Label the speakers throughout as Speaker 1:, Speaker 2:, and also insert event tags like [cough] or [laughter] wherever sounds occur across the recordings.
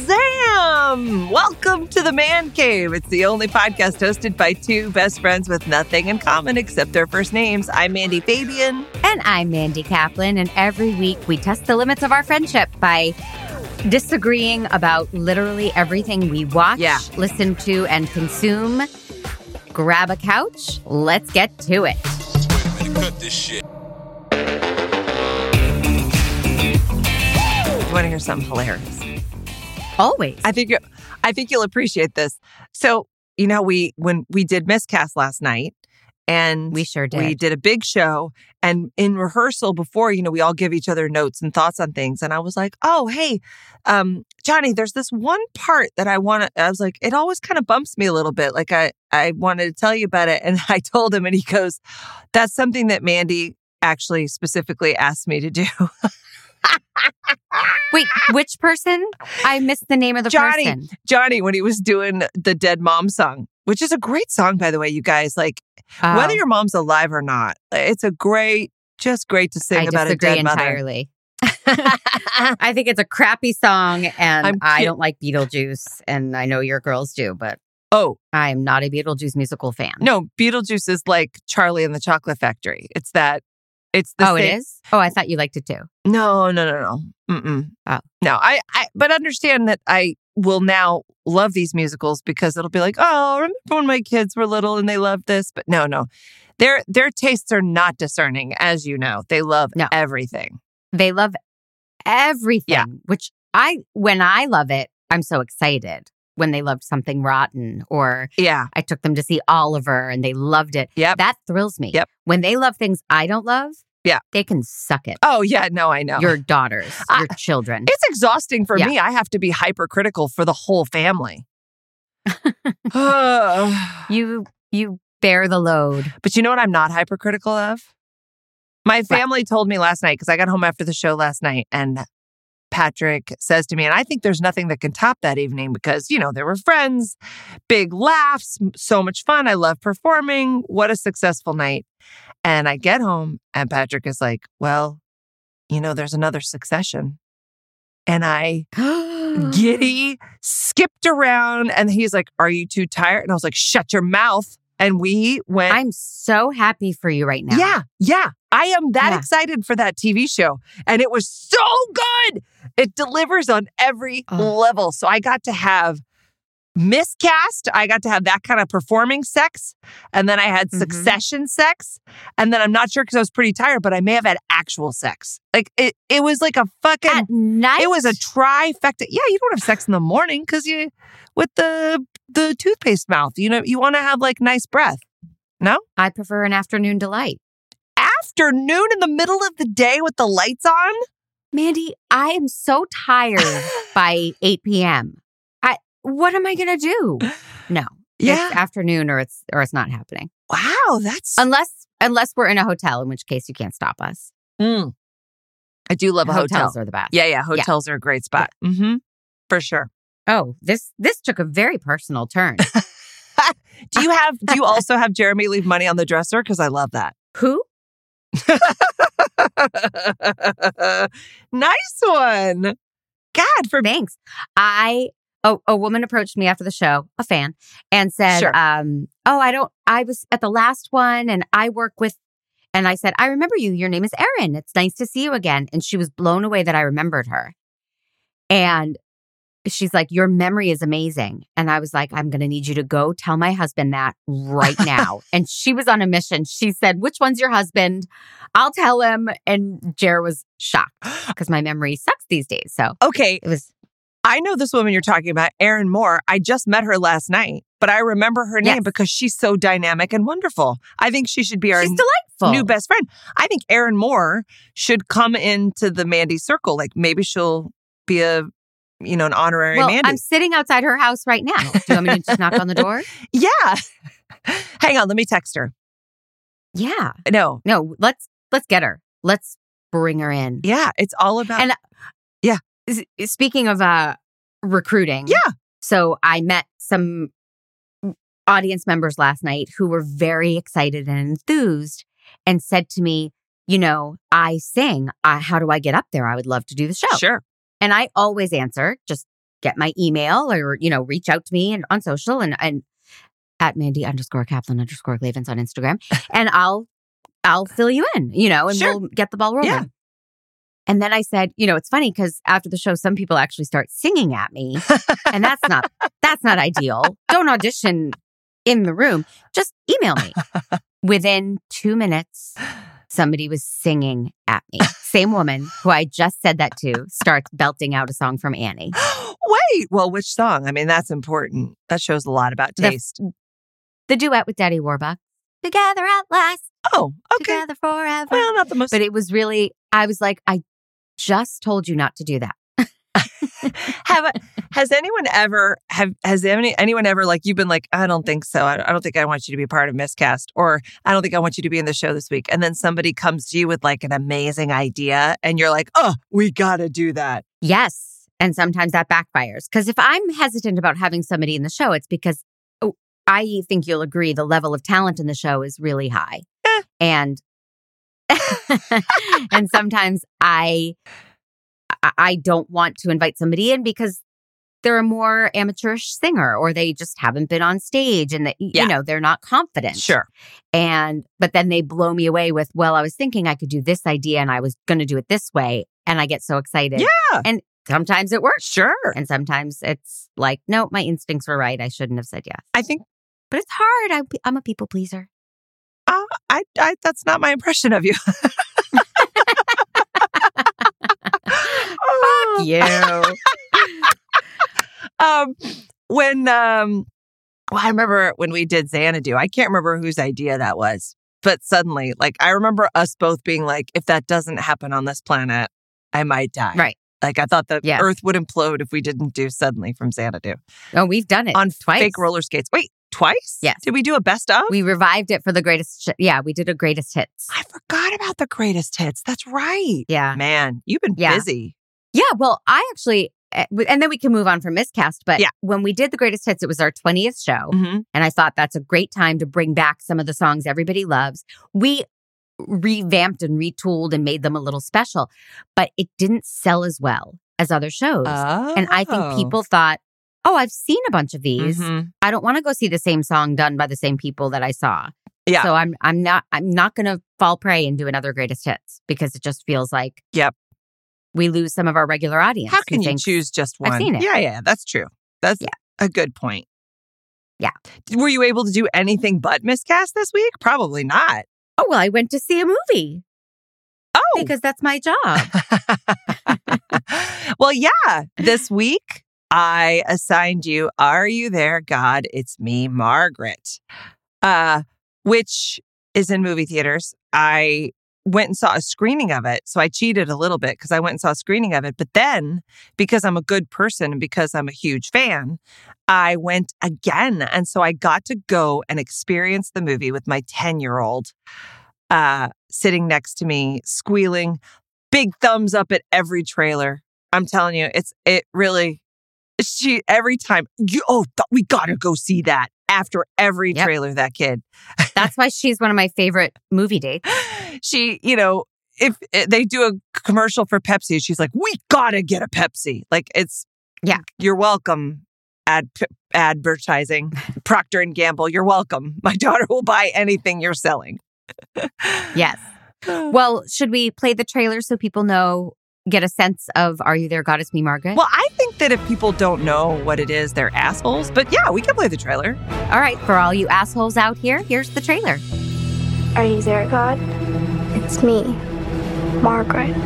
Speaker 1: Shazam! Welcome to the Man Cave. It's the only podcast hosted by two best friends with nothing in common except their first names. I'm Mandy Fabian.
Speaker 2: And I'm Mandy Kaplan, and every week we test the limits of our friendship by disagreeing about literally everything we watch,
Speaker 1: Yeah.
Speaker 2: listen to, and consume. Grab a couch. Let's get to it.
Speaker 3: Better cut this shit.
Speaker 1: You want to hear something hilarious?
Speaker 2: Always.
Speaker 1: I think you I think you'll appreciate this. So, you know, we when we did miscast last night and
Speaker 2: we sure did.
Speaker 1: we did a big show and in rehearsal before you know we all give each other notes and thoughts on things and i was like oh hey um johnny there's this one part that i want to i was like it always kind of bumps me a little bit like i i wanted to tell you about it and [laughs] i told him and he goes that's something that mandy actually specifically asked me to do [laughs]
Speaker 2: Wait, which person? I missed the name of the
Speaker 1: Johnny.
Speaker 2: person.
Speaker 1: johnny when he was doing the dead mom song which is a great song by the way you guys like
Speaker 2: Oh,
Speaker 1: whether your mom's alive or not it's a great just great to sing
Speaker 2: I
Speaker 1: about a
Speaker 2: disagree
Speaker 1: dead mother
Speaker 2: entirely. [laughs] I think it's a crappy song,
Speaker 1: I'm
Speaker 2: and I
Speaker 1: kid-
Speaker 2: don't like Beetlejuice, and I know your girls do, but
Speaker 1: oh
Speaker 2: I am not a Beetlejuice musical fan.
Speaker 1: No, Beetlejuice is like Charlie and the Chocolate Factory. It's that. It's the
Speaker 2: oh,
Speaker 1: same.
Speaker 2: it is. Oh, I thought you liked it too.
Speaker 1: No, no, no, no. Mm-mm.
Speaker 2: Oh.
Speaker 1: No, I, I. But understand that I will now love these musicals because it'll be like, oh, remember when my kids were little and they loved this? But no, no, their their tastes are not discerning, as you know. They love
Speaker 2: No.
Speaker 1: everything.
Speaker 2: They love everything,
Speaker 1: Yeah.
Speaker 2: which I, when I love it, I'm so excited. When they loved something rotten, or
Speaker 1: Yeah.
Speaker 2: I took them to see Oliver and they loved it.
Speaker 1: Yep.
Speaker 2: That thrills me.
Speaker 1: Yep.
Speaker 2: When they love things I don't love,
Speaker 1: Yeah.
Speaker 2: they can suck it.
Speaker 1: Oh yeah. No, I know.
Speaker 2: Your daughters,
Speaker 1: I-
Speaker 2: your children.
Speaker 1: it's exhausting for
Speaker 2: Yeah.
Speaker 1: me. I have to be hypercritical for the whole
Speaker 2: [laughs]
Speaker 1: family. [sighs] Ugh.
Speaker 2: You you bear
Speaker 1: [gasps]
Speaker 2: the load.
Speaker 1: But you know what I'm not hypercritical of? My family told me last night because I got home after the show last night and Patrick says to me, and I think there's nothing that can top that evening because, you know, there were friends, big laughs, m- so much fun. I love performing. What a successful night. And I get home and Patrick is like, well, you know, there's another succession. And I giddy, skipped around. And he's like, Are you too tired? And I was like, Shut your mouth. And we went
Speaker 2: I'm so happy for you right now.
Speaker 1: yeah, yeah. I am that
Speaker 2: Yeah.
Speaker 1: excited for that TV show. And it was so good. It delivers on every
Speaker 2: Ugh.
Speaker 1: level. So I got to have miscast. I got to have that kind of performing sex. And then I had
Speaker 2: Mhm.
Speaker 1: succession sex. And then I'm not sure because I was pretty tired, but I may have had actual sex. Like it, it was like a fucking
Speaker 2: At night.
Speaker 1: it was a trifecta. Yeah, you don't have sex in the morning because you with the the toothpaste mouth. You know, you want to have like nice breath.
Speaker 2: I prefer an afternoon delight.
Speaker 1: afternoon in the middle of the day with the lights on?
Speaker 2: Mandy, I am so tired
Speaker 1: [gasps]
Speaker 2: by 8 p.m. I what am I gonna do? No. It's afternoon or it's or it's not happening.
Speaker 1: Wow, that's
Speaker 2: Unless unless we're in a hotel, in which case you can't stop us.
Speaker 1: Mm. I do love a hotel.
Speaker 2: Hotels are the best.
Speaker 1: Yeah, yeah, hotels are a great spot. Mhm. For sure.
Speaker 2: Oh, this this took a very
Speaker 1: [laughs]
Speaker 2: personal turn.
Speaker 1: Do you have
Speaker 2: [laughs]
Speaker 1: do you also have Jeremy leave money on the dresser cuz I love that. [laughs]
Speaker 2: Who?
Speaker 1: nice one. God for
Speaker 2: Thanks. I a, a woman approached me after the show, a fan, and said,
Speaker 1: Sure.
Speaker 2: um, "Oh, I don't. I was at the last one, and I work with." And I said, "I remember you. Your name is Erin. It's nice to see you again." And she was blown away that I remembered her, and she's like, "Your memory is amazing." And I was like, "I'm going to need you to go tell my husband that right now." and she was on a mission. She said, "Which one's your husband?" I'll tell him. And Jer was shocked because my memory sucks these days. So
Speaker 1: Okay,
Speaker 2: it was
Speaker 1: I know this woman you're talking about, Erin Moore. I just met her last night, but I remember her name
Speaker 2: Yes.
Speaker 1: because she's so dynamic and wonderful. I think she should be our
Speaker 2: She's delightful.
Speaker 1: new best friend. I think Erin Moore should come into the Mandy circle. Like maybe she'll be a, you know, an honorary
Speaker 2: well,
Speaker 1: Mandy.
Speaker 2: I'm sitting outside her house right now. Do you want me to just knock on the [laughs] door?
Speaker 1: yeah. [laughs] Hang on, let me text her.
Speaker 2: Yeah.
Speaker 1: No,
Speaker 2: No, let's let's get her. Let's bring her in.
Speaker 1: yeah, it's all about.
Speaker 2: And- S- Speaking of uh recruiting.
Speaker 1: Yeah.
Speaker 2: So I met some audience members last night who were very excited and enthused and said to me, you know, I sing. Uh, how do I get up there? I would love to do the show.
Speaker 1: Sure.
Speaker 2: And I always answer, just get my email or, you know, reach out to me and on social and, and at Mandy underscore Kaplan underscore Glavens
Speaker 1: [laughs]
Speaker 2: on Instagram. And I'll, I'll fill you in, you know, and
Speaker 1: Sure.
Speaker 2: we'll get the ball rolling.
Speaker 1: Yeah.
Speaker 2: And then I said, you know, it's funny because after the show, some people actually start singing at me, and that's
Speaker 1: [laughs]
Speaker 2: not that's not ideal. Don't audition in the room. Just email
Speaker 1: [laughs]
Speaker 2: me. Within two minutes, somebody was singing at me. Same woman who I just said that to starts belting out a song from Annie.
Speaker 1: [gasps] Wait, well, which song? I mean, that's important. That shows a lot about
Speaker 2: The-
Speaker 1: taste.
Speaker 2: The duet with Daddy Warbuck. Together at last,
Speaker 1: oh, okay.
Speaker 2: together forever.
Speaker 1: Well, not the most.
Speaker 2: but it was really, I was like, I just told you not to do that.
Speaker 1: have has anyone ever have has any, anyone ever like you've been like I don't think so. I, I don't think I want you to be part of Miscast, or I don't think I want you to be in the show this week. And then somebody comes to you with like an amazing idea, and you're like, oh, we got to do that.
Speaker 2: Yes. And sometimes that backfires. Because if I'm hesitant about having somebody in the show, it's because oh, I think you'll agree the level of talent in the show is really high.
Speaker 1: Eh.
Speaker 2: And [laughs] and sometimes I I- I don't want to invite somebody in because they're a more amateurish singer or they just haven't been on stage and that
Speaker 1: Yeah.
Speaker 2: you know they're not confident.
Speaker 1: Sure.
Speaker 2: And, but then they blow me away with, well, I was thinking I could do this idea and I was going to do it this way. And I get so excited.
Speaker 1: Yeah.
Speaker 2: And sometimes it works.
Speaker 1: Sure.
Speaker 2: And sometimes it's like, no, my instincts were right. I shouldn't have said yes.
Speaker 1: I think
Speaker 2: But it's hard. I, I'm a people pleaser.
Speaker 1: uh, I, I that's not my impression of you. [laughs] Fuck
Speaker 2: You.
Speaker 1: um, when um, well, I remember when we did Xanadu. I can't remember whose idea that was, but suddenly, like, I remember us both being like, "If that doesn't happen on this planet, I might die."
Speaker 2: [laughs] Right.
Speaker 1: Like, I thought the
Speaker 2: Yeah.
Speaker 1: Earth would implode if we didn't do suddenly from Xanadu
Speaker 2: oh, we've done it
Speaker 1: on
Speaker 2: twice.
Speaker 1: fake roller skates. Wait, twice?
Speaker 2: Yes.
Speaker 1: Did we do a best of?
Speaker 2: We revived it for the greatest. Sh- yeah, we did a greatest hits.
Speaker 1: [sighs] I forgot about the greatest hits. That's right.
Speaker 2: Yeah.
Speaker 1: Man, you've been
Speaker 2: Yeah.
Speaker 1: busy.
Speaker 2: Yeah, well, I actually, eh, and then we can move on from Miscast. But
Speaker 1: Yeah.
Speaker 2: when we did the greatest hits, it was our 20th show.
Speaker 1: Mm-hmm.
Speaker 2: And I thought that's a great time to bring back some of the songs everybody loves. We revamped and retooled and made them a little special, but it didn't sell as well as other shows.
Speaker 1: Oh.
Speaker 2: and I think people thought, oh, I've seen a bunch of these.
Speaker 1: Mhm.
Speaker 2: I don't want to go see the same song done by the same people that I saw.
Speaker 1: Yeah.
Speaker 2: So I'm I'm not I'm not gonna fall prey and do another greatest hits because it just feels like
Speaker 1: Yep.
Speaker 2: we lose some of our regular audience.
Speaker 1: How
Speaker 2: who
Speaker 1: can you
Speaker 2: thinks-
Speaker 1: choose just
Speaker 2: "I've
Speaker 1: one?
Speaker 2: seen it."
Speaker 1: Yeah, yeah, that's true. That's
Speaker 2: Yeah.
Speaker 1: a good point.
Speaker 2: Yeah.
Speaker 1: Were you able to do anything but miscast this week? Probably not.
Speaker 2: Oh well, I went to see a movie
Speaker 1: Oh,
Speaker 2: because that's my job.
Speaker 1: [laughs] well, yeah. This week I assigned you Are You There, God? It's Me, Margaret. Uh, which is in movie theaters. I went and saw a screening of it. So I cheated a little bit because I went and saw a screening of it. But then because I'm a good person and because I'm a huge fan, I went again. And so I got to go and experience the movie with my 10 year old uh, sitting next to me, squealing, big thumbs up at every trailer. I'm telling you, it's it really. She every time you oh th- we gotta go see that after every
Speaker 2: Yep.
Speaker 1: trailer that kid
Speaker 2: That's why she's one of my favorite movie dates.
Speaker 1: she you know if, if they do a commercial for Pepsi she's like we gotta get a Pepsi like it's
Speaker 2: Yeah.
Speaker 1: you're welcome ad
Speaker 2: [laughs]
Speaker 1: advertising Procter and Gamble you're welcome my [laughs] daughter will buy anything you're selling [gasps]
Speaker 2: Yes. Well, should we play the trailer so people know, get a sense of Are You There, Goddess Me, Margaret?
Speaker 1: Well, I think that if people don't know what it is, they're assholes. But yeah, we can play the trailer.
Speaker 2: all right, for all you assholes out here, here's the trailer.
Speaker 4: Are you there, God? It's me, Margaret.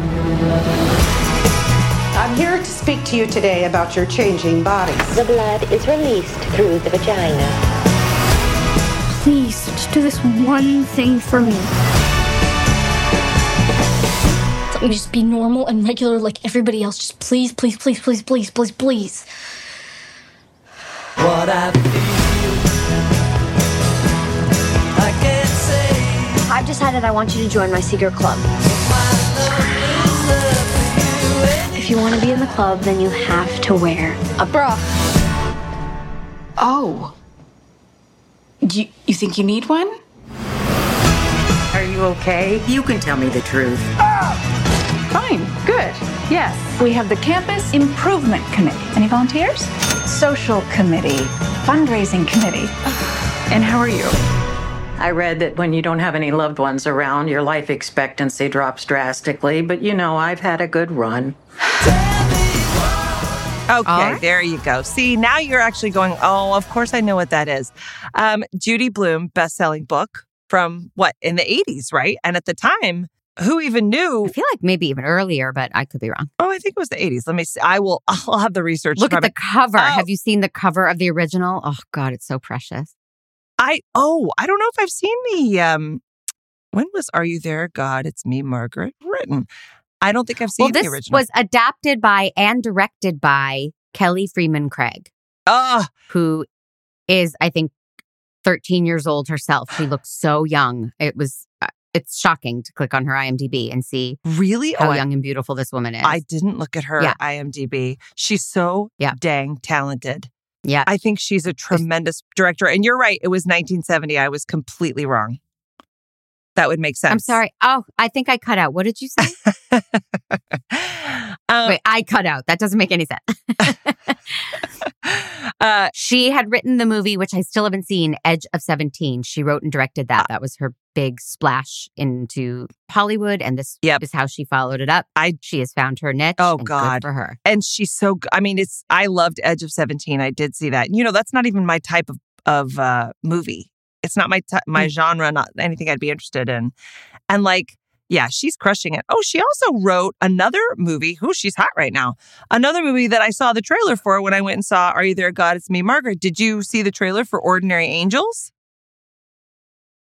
Speaker 5: I'm here to speak to you today about your changing bodies.
Speaker 6: The blood is released through the vagina.
Speaker 4: Please, just do this one thing for me.
Speaker 7: Let me just be normal and regular like everybody else. Just please, please, please, please, please, please, please.
Speaker 6: I've decided I want you to join my secret club. If you want to be in the club, then you have to wear a bra.
Speaker 8: Oh. Do you, you think you need one?
Speaker 5: Are you okay?
Speaker 9: You can tell me the truth.
Speaker 8: Fine. Good. Yes. We have the Campus Improvement Committee. Any volunteers? Social Committee. Fundraising Committee. And how are you?
Speaker 9: I read that when you don't have any loved ones around, your life expectancy drops drastically, but you know, I've had a good run.
Speaker 1: Okay,
Speaker 2: right.
Speaker 1: there you go. See, now you're actually going, oh, of course I know what that is. Um, Judy Bloom, best selling book from what, in the 80s, right? And at the time, who even knew?
Speaker 2: I feel like maybe even earlier, but I could be wrong.
Speaker 1: Oh, I think it was the 80s. Let me see. I will, [laughs] I'll have the research.
Speaker 2: Look at
Speaker 1: from
Speaker 2: the
Speaker 1: it.
Speaker 2: cover.
Speaker 1: Oh.
Speaker 2: Have you seen the cover of the original? Oh God, it's so precious.
Speaker 1: I, oh, I don't know if I've seen the, um, when was Are You There, God? It's Me, Margaret, written. I don't think I've seen
Speaker 2: well, this
Speaker 1: the original.
Speaker 2: was adapted by and directed by Kelly Freeman Craig,
Speaker 1: Ah,
Speaker 2: who is, I think, 13 years old herself.
Speaker 1: [sighs]
Speaker 2: She looks so young. It was, uh, it's shocking to click on her IMDb and see
Speaker 1: really?
Speaker 2: how
Speaker 1: oh, I-
Speaker 2: young and beautiful this woman is.
Speaker 1: I didn't look at her
Speaker 2: Yeah.
Speaker 1: IMDb. She's so
Speaker 2: Yeah.
Speaker 1: dang talented.
Speaker 2: yeah.
Speaker 1: I think she's a tremendous director. And you're right, it was 1970. I was completely wrong. That would make sense.
Speaker 2: I'm sorry. Oh, I think I cut out. What did
Speaker 1: [laughs]
Speaker 2: you say?
Speaker 1: [sighs] Um,
Speaker 2: Wait, I cut out. That doesn't make
Speaker 1: [laughs]
Speaker 2: any sense.
Speaker 1: uh,
Speaker 2: she had written the movie, which I still haven't seen, Edge of 17. She wrote and directed
Speaker 1: Ah.
Speaker 2: that. That was her big splash into Hollywood. And this
Speaker 1: Yep.
Speaker 2: is how she followed it up.
Speaker 1: I-
Speaker 2: she has found her niche.
Speaker 1: Oh,
Speaker 2: and good
Speaker 1: God.
Speaker 2: for her.
Speaker 1: and she's so g- I mean, it's I loved Edge of 17. I did see that. You know, that's not even my type of of uh movie. It's not my t- my genre, not anything I'd be interested in. And like yeah, she's crushing it. Oh, she also wrote another movie. Who she's hot right now. Another movie that I saw the trailer for when I went and saw Are You There God It's Me Margaret. Did you see the trailer for Ordinary Angels?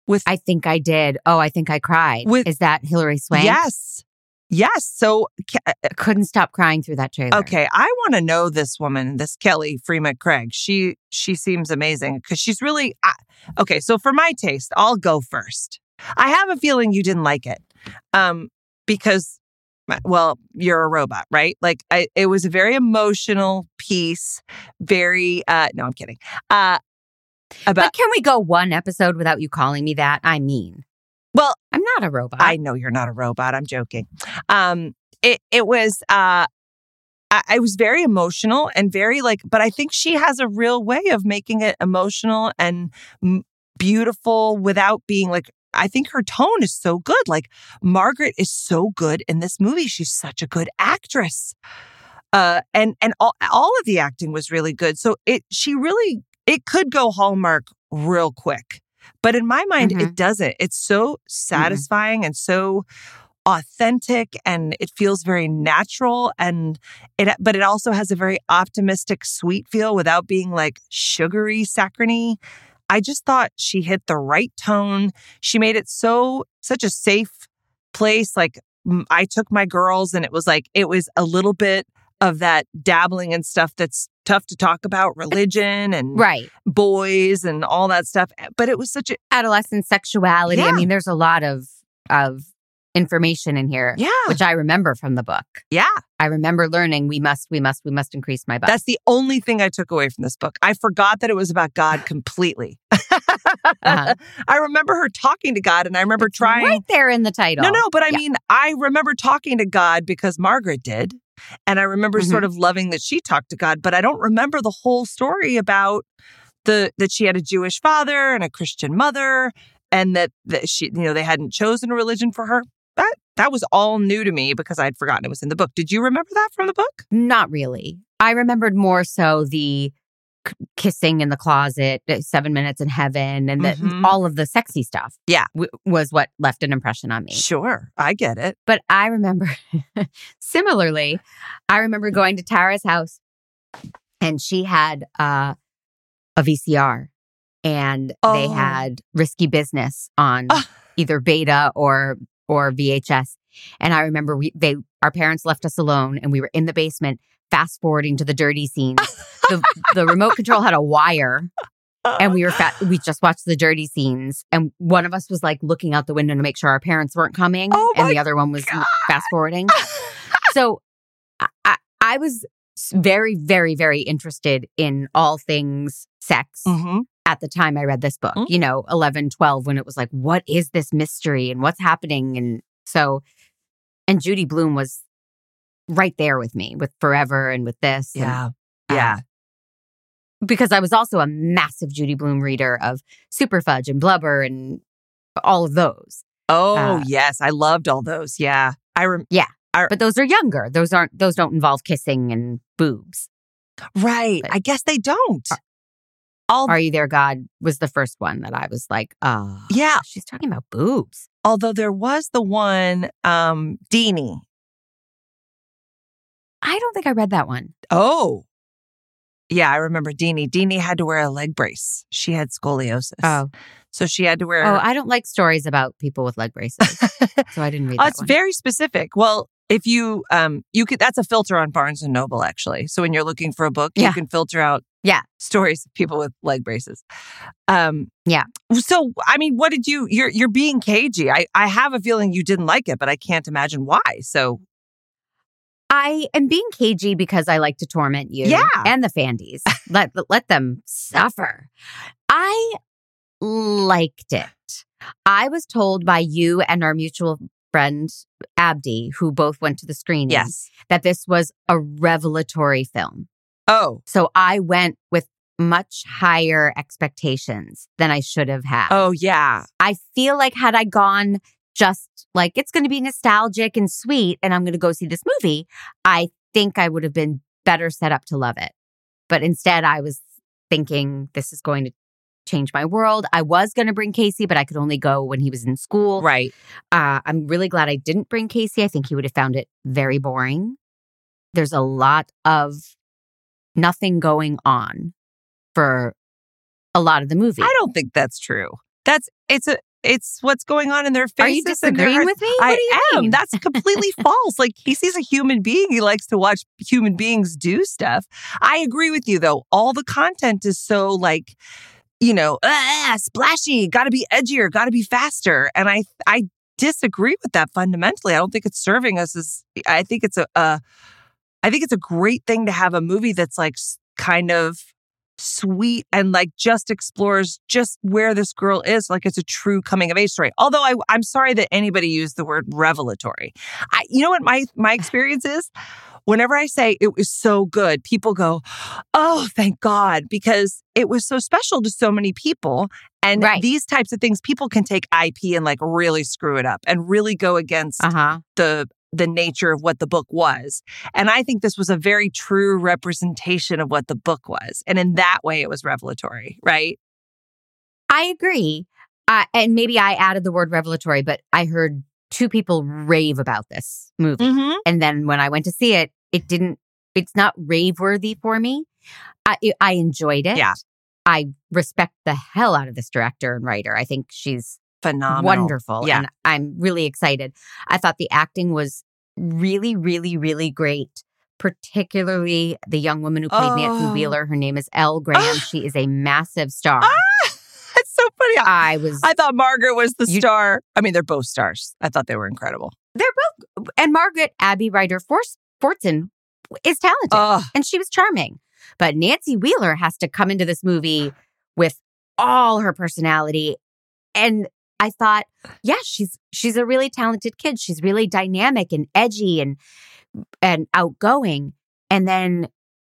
Speaker 1: With
Speaker 2: I think I did. Oh, I think I cried.
Speaker 1: With-
Speaker 2: is that Hillary Swank?
Speaker 1: Yes. Yes. So ca-
Speaker 2: I couldn't stop crying through that trailer.
Speaker 1: Okay, I want to know this woman, this Kelly Freeman Craig. She she seems amazing because she's really I, okay. So for my taste, I'll go first. I have a feeling you didn't like it, um, because uh, well, you're a robot, right? Like I, it was a very emotional piece. Very uh, no, I'm kidding. Uh, about
Speaker 2: But can we go one episode without you calling me that? I mean,
Speaker 1: Well,
Speaker 2: I'm not a robot.
Speaker 1: I know you're not a robot. I'm joking. Um, it it was uh, I, I was very emotional and very like, but I think she has a real way of making it emotional and m- beautiful without being like. I think her tone is so good. Like Margaret is so good in this movie. She's such a good actress. Uh, and and all, all of the acting was really good. So it she really it could go Hallmark real quick. But in my mind, it doesn't. It's so satisfying and so authentic and it feels very natural and it but it also has a very optimistic sweet feel without being like sugary saccharine i just thought she hit the right tone she made it so such a safe place like m- i took my girls and it was like it was a little bit of that dabbling and stuff that's tough to talk about religion and
Speaker 2: right.
Speaker 1: boys and all that stuff eh, but it was such a
Speaker 2: adolescent sexuality.
Speaker 1: Yeah.
Speaker 2: I mean, there's a lot of of information in here,
Speaker 1: yeah
Speaker 2: which I remember from the book.
Speaker 1: yeah
Speaker 2: I remember learning we must, we must, we must increase my budget.
Speaker 1: That's the only thing I took away from this book. I forgot that it was about
Speaker 2: [gasps]
Speaker 1: God completely.
Speaker 2: [laughs] Uh-huh.
Speaker 1: I remember her talking to God and I remember [laughs]
Speaker 2: It's
Speaker 1: trying.
Speaker 2: right there in the title.
Speaker 1: No, no, but I
Speaker 2: Yeah.
Speaker 1: mean, I remember talking to God because Margaret did. And I remember sort
Speaker 2: Mm-hmm.
Speaker 1: of loving that she talked to God, but I don't remember the whole story about the that she had a Jewish father and a Christian mother and that, that she, you know, they hadn't chosen a religion for her. That that was all new to me because I'd forgotten it was in the book. Did you remember that from the book?
Speaker 2: not really. I remembered more so the k- kissing in the closet, the seven minutes in heaven, and the,
Speaker 1: Mhm.
Speaker 2: all of the sexy stuff.
Speaker 1: Yeah.
Speaker 2: w- was what left an impression on me.
Speaker 1: Sure. I get it.
Speaker 2: But I remember [laughs] similarly, I remember going to Tara's house and she had uh, a VCR and they
Speaker 1: Oh.
Speaker 2: had risky business on
Speaker 1: Ah.
Speaker 2: either beta or or VHS. And I remember we they our parents left us alone and we were in the basement fast forwarding to the
Speaker 1: [laughs]
Speaker 2: dirty scenes. the, the remote control had a wire and
Speaker 1: [gasps]
Speaker 2: we were fat we just watched the dirty scenes and one of us was like looking out the window to make sure our parents weren't coming
Speaker 1: Oh
Speaker 2: and
Speaker 1: my
Speaker 2: the other one was
Speaker 1: God.
Speaker 2: fast forwarding so I, I i was s- very very very interested in all things sex
Speaker 1: Mhm.
Speaker 2: at the time i read this book
Speaker 1: Mm.
Speaker 2: you know 11 12 when it was like what is this mystery and what's happening and so And Judy Bloom was right there with me with Forever and with this. and-
Speaker 1: Yeah. Yeah.
Speaker 2: Um, because I was also a massive Judy Bloom reader of Super Fudge and Blubber and all of those.
Speaker 1: Oh,
Speaker 2: uh,
Speaker 1: yes. I loved all those. Yeah. I rem-
Speaker 2: But those are younger. Those aren't those don't involve kissing and boobs.
Speaker 1: Right.
Speaker 2: But-
Speaker 1: I guess they don't. All
Speaker 2: Are you there, God? Was the first one that I was like, oh
Speaker 1: yeah.
Speaker 2: she's talking about boobs.
Speaker 1: Although there was the one, um, Deanie.
Speaker 2: I don't think I read that one.
Speaker 1: Oh. Yeah, I remember Deanie. Deanie had to wear a leg brace. She had scoliosis.
Speaker 2: Oh.
Speaker 1: So she had to wear
Speaker 2: Oh, I don't like stories about people with leg braces. So I [laughs] didn't read
Speaker 1: Oh,
Speaker 2: that
Speaker 1: it's
Speaker 2: one.
Speaker 1: very specific. Well, if you um you could that's a filter on Barnes and Noble actually. So when you're looking for a book,
Speaker 2: Yeah.
Speaker 1: you can filter out
Speaker 2: Yeah.
Speaker 1: stories of people with leg braces. Um
Speaker 2: Yeah.
Speaker 1: So I mean, what did you you're you're being cagey. I I have a feeling you didn't like it, but I can't imagine why. So
Speaker 2: I am being cagey because I like to torment you
Speaker 1: Yeah.
Speaker 2: and the
Speaker 1: [laughs]
Speaker 2: Fandies. let let them suffer. I liked it. I was told by you and our mutual friend Abdi, who both went to the screening,
Speaker 1: yes.
Speaker 2: that this was a revelatory film.
Speaker 1: Oh.
Speaker 2: So I went with much higher expectations than I should have had.
Speaker 1: Oh yeah.
Speaker 2: I feel like had I gone just like it's going to be nostalgic and sweet and I'm going to go see this movie, I think I would have been better set up to love it. But instead I was thinking this is going to change my world. I was going to bring Casey, but I could only go when he was in school.
Speaker 1: Right.
Speaker 2: Uh, I'm really glad I didn't bring Casey. I think he would have found it very boring. There's a lot of nothing going on for a lot of the movie.
Speaker 1: I don't think that's true. That's it's a it's what's going on in their faces.
Speaker 2: Are you
Speaker 1: and their
Speaker 2: disagreeing
Speaker 1: hearts.
Speaker 2: with me? What
Speaker 1: I
Speaker 2: do you
Speaker 1: am.
Speaker 2: mean?
Speaker 1: That's
Speaker 2: [laughs]
Speaker 1: completely false. Like he sees a human being. He likes to watch human beings do stuff. I agree with you though. All the content is so like, you know, ah, splashy, gotta be edgier, gotta be faster. And I I disagree with that fundamentally. I don't think it's serving us as I think it's a, a I think it's a great thing to have a movie that's like s- kind of sweet and like just explores just where this girl is like it's a true coming of age story although I, i'm sorry that anybody used the word revelatory I, you know what my my experience is whenever i say it was so good people go oh thank god because it was so special to so many people and
Speaker 2: Right.
Speaker 1: these types of things people can take ip and like really screw it up and really go against
Speaker 2: uh-huh.
Speaker 1: the the nature of what the book was and i think this was a very true representation of what the book was and in that way it was revelatory right
Speaker 2: I agree. Uh, and maybe I added the word revelatory, but I heard two people rave about this movie.
Speaker 1: mm-hmm.
Speaker 2: And then when I went to see it, it didn't, it's not rave worthy for me. I, it- I enjoyed it.
Speaker 1: Yeah.
Speaker 2: I respect the hell out of this director and writer. I think she's
Speaker 1: phenomenal
Speaker 2: wonderful.
Speaker 1: Yeah.
Speaker 2: And I'm really excited. I thought the acting was really, really, really great. Particularly the young woman who played
Speaker 1: Oh.
Speaker 2: Nancy Wheeler. Her name is
Speaker 1: [gasps]
Speaker 2: Elle Graham. she is a massive star.
Speaker 1: Ah! that's so funny I,
Speaker 2: I was
Speaker 1: I thought margaret was the
Speaker 2: Ah. You-
Speaker 1: star i mean they're both stars i thought they were incredible
Speaker 2: and Margaret Abbey Ryder Force Fortson is talented
Speaker 1: oh
Speaker 2: and she was charming. But Nancy Wheeler has to come into this movie with all her personality. And I thought, yeah, she's she's a really talented kid. She's really dynamic and edgy and and outgoing. And then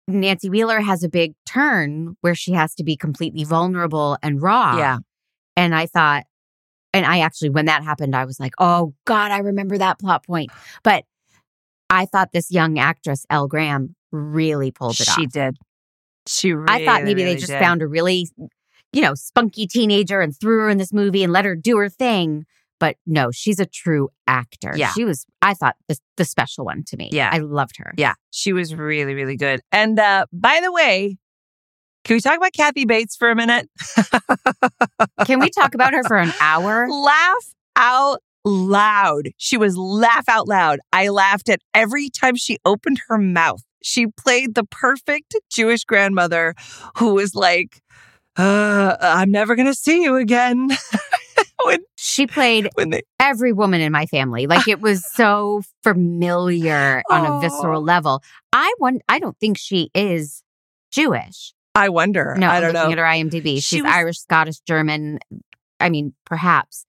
Speaker 2: Nancy Wheeler has a big turn where she has to be completely vulnerable and raw.
Speaker 1: yeah
Speaker 2: And I thought, and I actually, when that happened, I was like, oh God, I remember that plot point. But I thought this young actress, Elle Graham, really pulled it
Speaker 1: she
Speaker 2: off.
Speaker 1: did she really,
Speaker 2: I thought maybe they
Speaker 1: really
Speaker 2: just
Speaker 1: did.
Speaker 2: found a really, you know, spunky teenager and threw her in this movie and let her do her thing. But no, she's a true actor.
Speaker 1: Yeah.
Speaker 2: She was, I thought, the, the special one to me.
Speaker 1: Yeah.
Speaker 2: I loved her.
Speaker 1: yeah she was really really good and uh by the way can we talk about kathy bates for a minute
Speaker 2: Can we talk about her
Speaker 1: [laughs]
Speaker 2: for an hour?
Speaker 1: laugh out loud. She was laugh out loud. I laughed at every time she opened her mouth. She played the perfect Jewish grandmother who was like, uh, I'm never going to see you again. [laughs] when,
Speaker 2: She played
Speaker 1: when they,
Speaker 2: every woman in my family. Like
Speaker 1: [laughs]
Speaker 2: it was so familiar on
Speaker 1: Oh.
Speaker 2: a visceral level. I want. I don't think she is Jewish.
Speaker 1: I wonder.
Speaker 2: No,
Speaker 1: I don't
Speaker 2: looking
Speaker 1: know.
Speaker 2: at her IMDb,
Speaker 1: She
Speaker 2: she's
Speaker 1: was-
Speaker 2: Irish, Scottish, German. I mean, perhaps.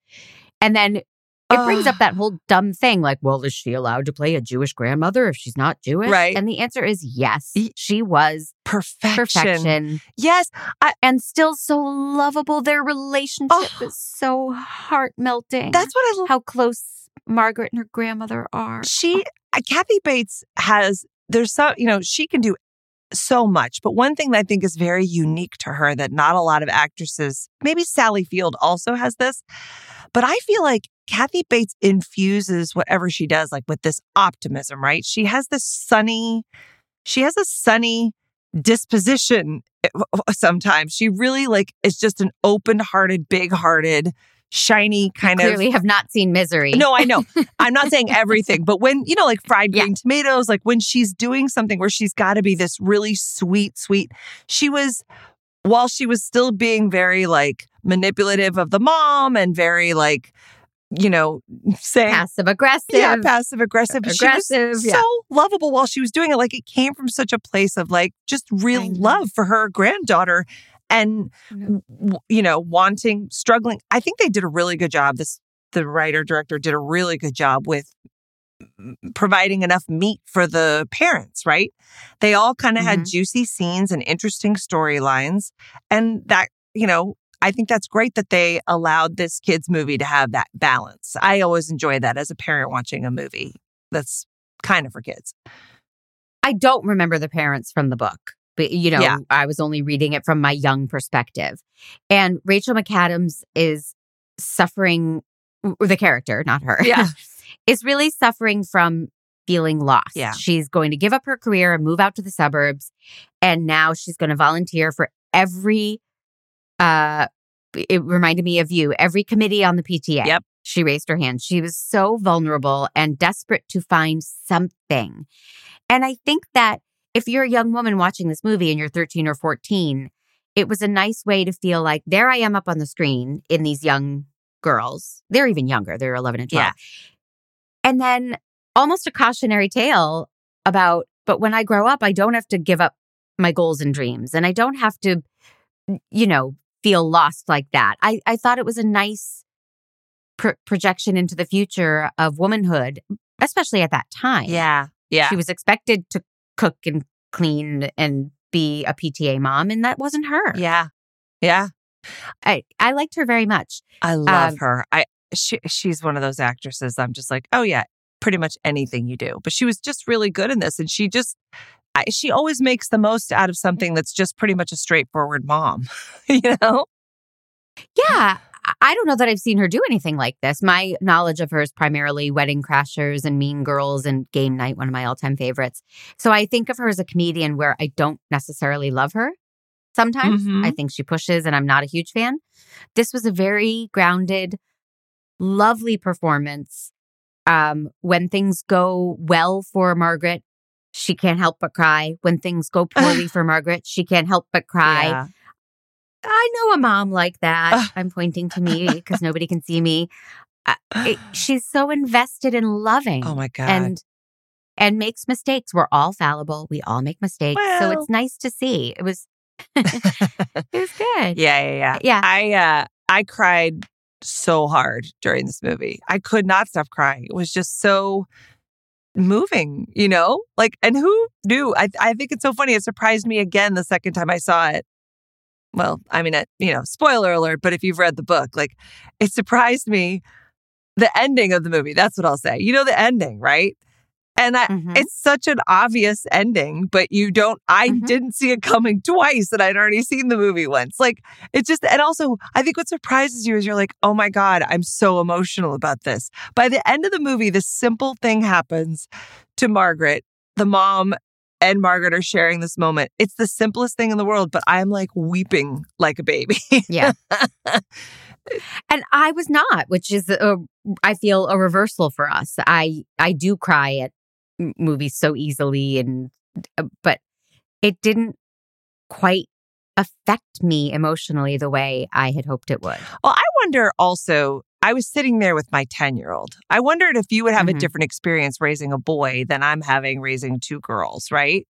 Speaker 2: And then it brings up
Speaker 1: Ah.
Speaker 2: that whole dumb thing like, well, is she allowed to play a Jewish grandmother if she's not Jewish?
Speaker 1: Right.
Speaker 2: And the answer is yes.
Speaker 1: Y-
Speaker 2: She was
Speaker 1: perfection.
Speaker 2: perfection
Speaker 1: Yes,
Speaker 2: and still so lovable. Their relationship
Speaker 1: Oh.
Speaker 2: is so heart melting.
Speaker 1: that's what I love.
Speaker 2: how close Margaret and her grandmother are.
Speaker 1: she uh, Kathy Bates has there's some you know she can do so much but one thing that I think is very unique to her that not a lot of actresses maybe Sally Field also has this but I feel like Kathy Bates infuses whatever she does like with this optimism right she has this sunny she has a sunny disposition eh, sometimes she really like is just an open-hearted big-hearted shiny kind of
Speaker 2: Clearly have not seen misery.
Speaker 1: [laughs] no, I know. I'm not saying everything, but when, you know, like fried
Speaker 2: Yeah.
Speaker 1: green tomatoes, like when she's doing something where she's got to be this really sweet, sweet, she was, while she was still being very like manipulative of the mom and very like, you know, saying,
Speaker 2: Passive aggressive.
Speaker 1: yeah, passive aggressive. but she was
Speaker 2: Aggressive, yeah.
Speaker 1: so lovable while she was doing it. Like it came from such a place of like just real
Speaker 2: I know.
Speaker 1: love for her granddaughter and w- w- you know wanting struggling i think they did a really good job this the writer director did a really good job with mm, providing enough meat for the parents right they all kind of had
Speaker 2: Mhm.
Speaker 1: juicy scenes and interesting storylines and that you know i think that's great that they allowed this kids movie to have that balance i always enjoy that as a parent watching a movie that's kind of for kids
Speaker 2: I don't remember the parents from the book, but you know,
Speaker 1: Yeah.
Speaker 2: I was only reading it from my young perspective. And Rachel McAdams is suffering, or the character, not her,
Speaker 1: Yeah.
Speaker 2: [laughs] is really suffering from feeling lost.
Speaker 1: Yeah.
Speaker 2: She's going to give up her career and move out to the suburbs. And now she's going to volunteer for every, uh, it reminded me of you, every committee on the PTA.
Speaker 1: Yep.
Speaker 2: She raised her hand. She was so vulnerable and desperate to find something. And I think that if you're a young woman watching this movie and you're 13 or 14, it was a nice way to feel like there I am up on the screen in these young girls. They're even younger, they're 11 and 12.
Speaker 1: Yeah.
Speaker 2: And then almost a cautionary tale about, but when I grow up, I don't have to give up my goals and dreams and I don't have to, you know, feel lost like that. I, I thought it was a nice pro- projection into the future of womanhood, especially at that time.
Speaker 1: yeah yeah
Speaker 2: She was expected to cook and clean and be a PTA mom, and that wasn't her.
Speaker 1: yeah yeah
Speaker 2: I, I liked her very much.
Speaker 1: I love
Speaker 2: Um,
Speaker 1: her. I she she's one of those actresses. I'm just like, oh yeah, pretty much anything you do. But she was just really good in this, and she just I, she always makes the most out of something that's just pretty much a straightforward mom. [laughs] you know?
Speaker 2: Yeah. I- I don't know that I've seen her do anything like this. My knowledge of her is primarily Wedding Crashers and Mean Girls and Game Night, one of my all time favorites. So I think of her as a comedian where I don't necessarily love her sometimes.
Speaker 1: Mhm.
Speaker 2: I think she pushes and I'm not a huge fan. This was a very grounded, lovely performance. Um, when things go well for Margaret, she can't help but cry. When things go poorly for Margaret, she can't help but cry.
Speaker 1: Yeah.
Speaker 2: I know a mom like that.
Speaker 1: Ugh.
Speaker 2: I'm pointing to me
Speaker 1: [laughs]
Speaker 2: because nobody can see me. Uh, it- she's so invested in loving
Speaker 1: Oh my god.
Speaker 2: and and makes mistakes. We're all fallible. We all make mistakes. so
Speaker 1: Well.
Speaker 2: it's nice to see. It was it was
Speaker 1: [laughs]
Speaker 2: good.
Speaker 1: yeah, yeah, yeah.
Speaker 2: Yeah.
Speaker 1: I uh I cried so hard during this movie. I could not stop crying. It was just so moving, you know? Like and who knew? I I think it's so funny. It surprised me again the second time I saw it. Well, I mean, it, you know, spoiler alert, but if you've read the book, like it surprised me the ending of the movie. That's what I'll say. You know the ending, right? And I,
Speaker 2: Mhm.
Speaker 1: it's such an obvious ending, but you don't. I
Speaker 2: Mhm.
Speaker 1: didn't see it coming twice, and I'd already seen the movie once. Like it's just, and also, I think what surprises you is you're like, oh my god, I'm so emotional about this. By the end of the movie, this simple thing happens to Margaret. The mom and Margaret are sharing this moment. It's the simplest thing in the world, but I'm like weeping like a baby. [laughs]
Speaker 2: Yeah. and I was not, which is a, I feel a reversal for us. I I do cry at m- movies so easily and uh, but it didn't quite affect me emotionally the way I had hoped it would.
Speaker 1: Well, I wonder also, I was sitting there with my 10 year old. I wondered if you would have a
Speaker 2: Mhm.
Speaker 1: different experience raising a boy than I'm having raising two girls, right?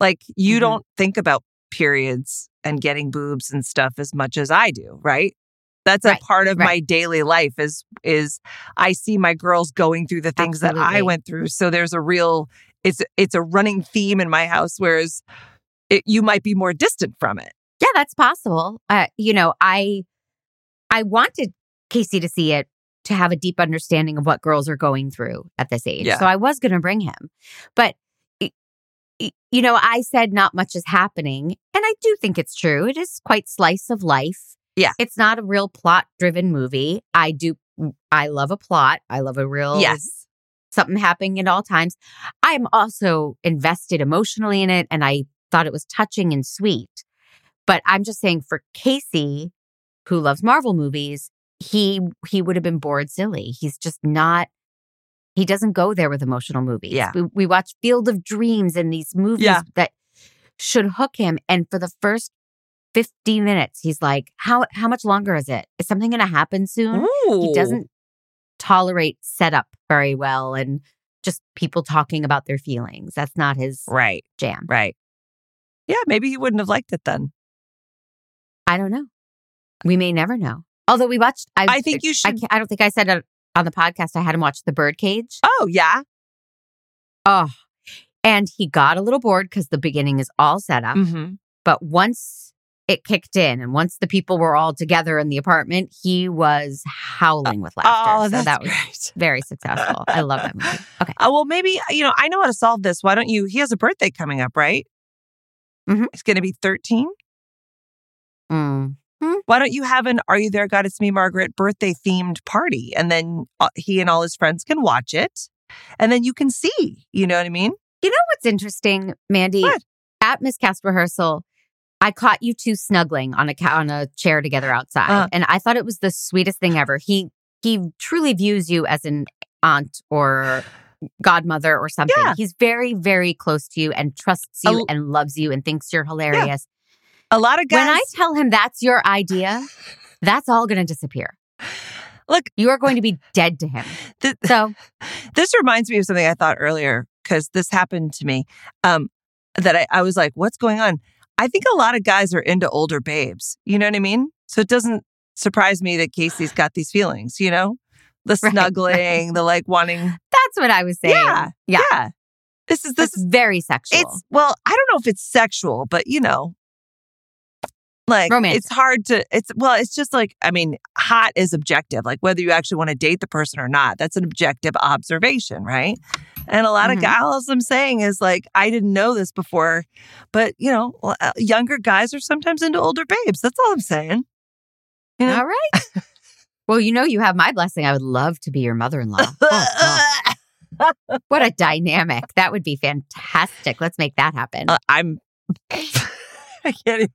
Speaker 1: Like, you
Speaker 2: Mhm.
Speaker 1: don't think about periods and getting boobs and stuff as much as I do, right? That's a
Speaker 2: Right,
Speaker 1: part of my
Speaker 2: right.
Speaker 1: daily life is is I see my girls going through the things that I
Speaker 2: Absolutely.
Speaker 1: went through. So there's a real it's it's a running theme in my house whereas it, you might be more distant from it.
Speaker 2: Yeah, that's possible. Uh, you know, I I wanted Casey to see it to have a deep understanding of what girls are going through at this age.
Speaker 1: Yeah.
Speaker 2: So I was going to bring him. But y- y- you know, I said not much is happening, and I do think it's true. It is quite slice of life.
Speaker 1: Yeah.
Speaker 2: It's not a real plot-driven movie. I do I love a plot. I love a real
Speaker 1: Yes.
Speaker 2: something happening at all times. I'm also invested emotionally in it and I thought it was touching and sweet. But I'm just saying for Casey, who loves Marvel movies, he he would have been bored silly. He's just not he doesn't go there with emotional movies.
Speaker 1: Yeah.
Speaker 2: We, we watch Field of Dreams and these movies
Speaker 1: Yeah.
Speaker 2: that should hook him. And for the first 50 minutes, he's like, How how much longer is it? Is something gonna happen soon? he doesn't tolerate setup very well and just people talking about their feelings. That's not his
Speaker 1: Right,
Speaker 2: jam.
Speaker 1: right. Yeah, maybe he wouldn't have liked it then.
Speaker 2: I don't know. We may never know. Although we watched, I,
Speaker 1: I think you
Speaker 2: I,
Speaker 1: should-
Speaker 2: can't- I don't think I said it on the podcast. I had him watch The Birdcage.
Speaker 1: Oh, yeah.
Speaker 2: Oh, and he got a little bored because the beginning is all set up.
Speaker 1: Mm-hmm.
Speaker 2: But once it kicked in, and once the people were all together in the apartment, he was howling with laughter.
Speaker 1: Oh,
Speaker 2: so
Speaker 1: that's
Speaker 2: that was
Speaker 1: great.
Speaker 2: very successful. I love
Speaker 1: [laughs]
Speaker 2: that movie. Okay.
Speaker 1: Uh, well, maybe, you know, I know how to solve this. Why don't you? He has a birthday coming up, right?
Speaker 2: Mhm.
Speaker 1: It's going to be 13.
Speaker 2: Mm.
Speaker 1: Why don't you have an Are You There, God? It's Me, Margaret birthday themed party? And then uh, he and all his friends can watch it. And then you can see, you know what I mean?
Speaker 2: You know what's interesting, Mandy?
Speaker 1: What?
Speaker 2: At Miss Cast rehearsal, I caught you two snuggling on a ca- on a chair together outside,
Speaker 1: Uh.
Speaker 2: and I thought it was the sweetest thing ever. He he truly views you as an aunt or godmother or something.
Speaker 1: Yeah.
Speaker 2: He's very very close to you and trusts you
Speaker 1: Oh.
Speaker 2: and loves you and thinks you're hilarious.
Speaker 1: A lot of guys.
Speaker 2: When I tell him that's your idea, that's all going to disappear.
Speaker 1: Look-
Speaker 2: you are going to be dead to him.
Speaker 1: th-
Speaker 2: So,
Speaker 1: this reminds me of something I thought earlier because this happened to me um, that I, I was like, what's going on? I think a lot of guys are into older babes. You know what I mean? So it doesn't surprise me that Casey's got these feelings, you know? The
Speaker 2: [sighs] Right, right.
Speaker 1: snuggling, the like wanting.
Speaker 2: that's what I was saying.
Speaker 1: Yeah.
Speaker 2: Yeah.
Speaker 1: yeah. This is
Speaker 2: This
Speaker 1: this
Speaker 2: is very sexual.
Speaker 1: It's well, I don't know if it's sexual, but you know, like
Speaker 2: Romantic.
Speaker 1: it's hard to. It's well, it's just like I mean, hot is objective. Like whether you actually want to date the person or not, that's an objective observation, right? And a lot
Speaker 2: Mhm.
Speaker 1: of gals, I'm saying is like I didn't know this before, but you know, l- uh, younger guys are sometimes into older babes. That's all I'm saying. You know?
Speaker 2: All right. well, you know, you have my blessing. I would love to be your mother
Speaker 1: [laughs]
Speaker 2: in law. what a dynamic. That would be fantastic. Let's make that happen.
Speaker 1: Uh, I'm. [laughs] I can't even.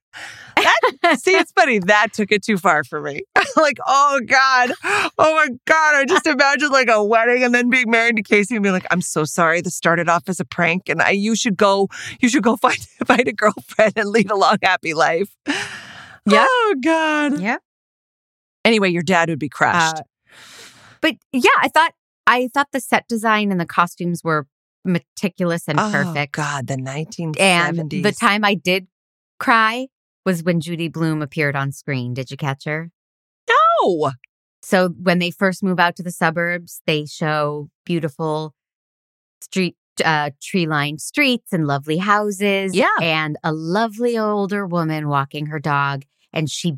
Speaker 1: That, see, it's funny. That took it too far for me. [laughs] like, oh God. Oh my God. I just imagined like a wedding and then being married to Casey and being like, I'm so sorry. This started off as a prank and I you should go, you should go [laughs] find find a girlfriend and lead a long, happy life.
Speaker 2: Yeah.
Speaker 1: Oh God.
Speaker 2: yeah.
Speaker 1: Anyway, your dad would be crushed.
Speaker 2: Uh, but yeah, I thought I thought the set design and the costumes were meticulous and
Speaker 1: Oh,
Speaker 2: perfect.
Speaker 1: God, the 1970s.
Speaker 2: And the time I did cry was when Judy Bloom appeared on screen. Did you catch her?
Speaker 1: No.
Speaker 2: So when they first move out to the suburbs, they show beautiful street uh, tree-lined streets and lovely houses.
Speaker 1: Yeah.
Speaker 2: and a lovely older woman walking her dog, and she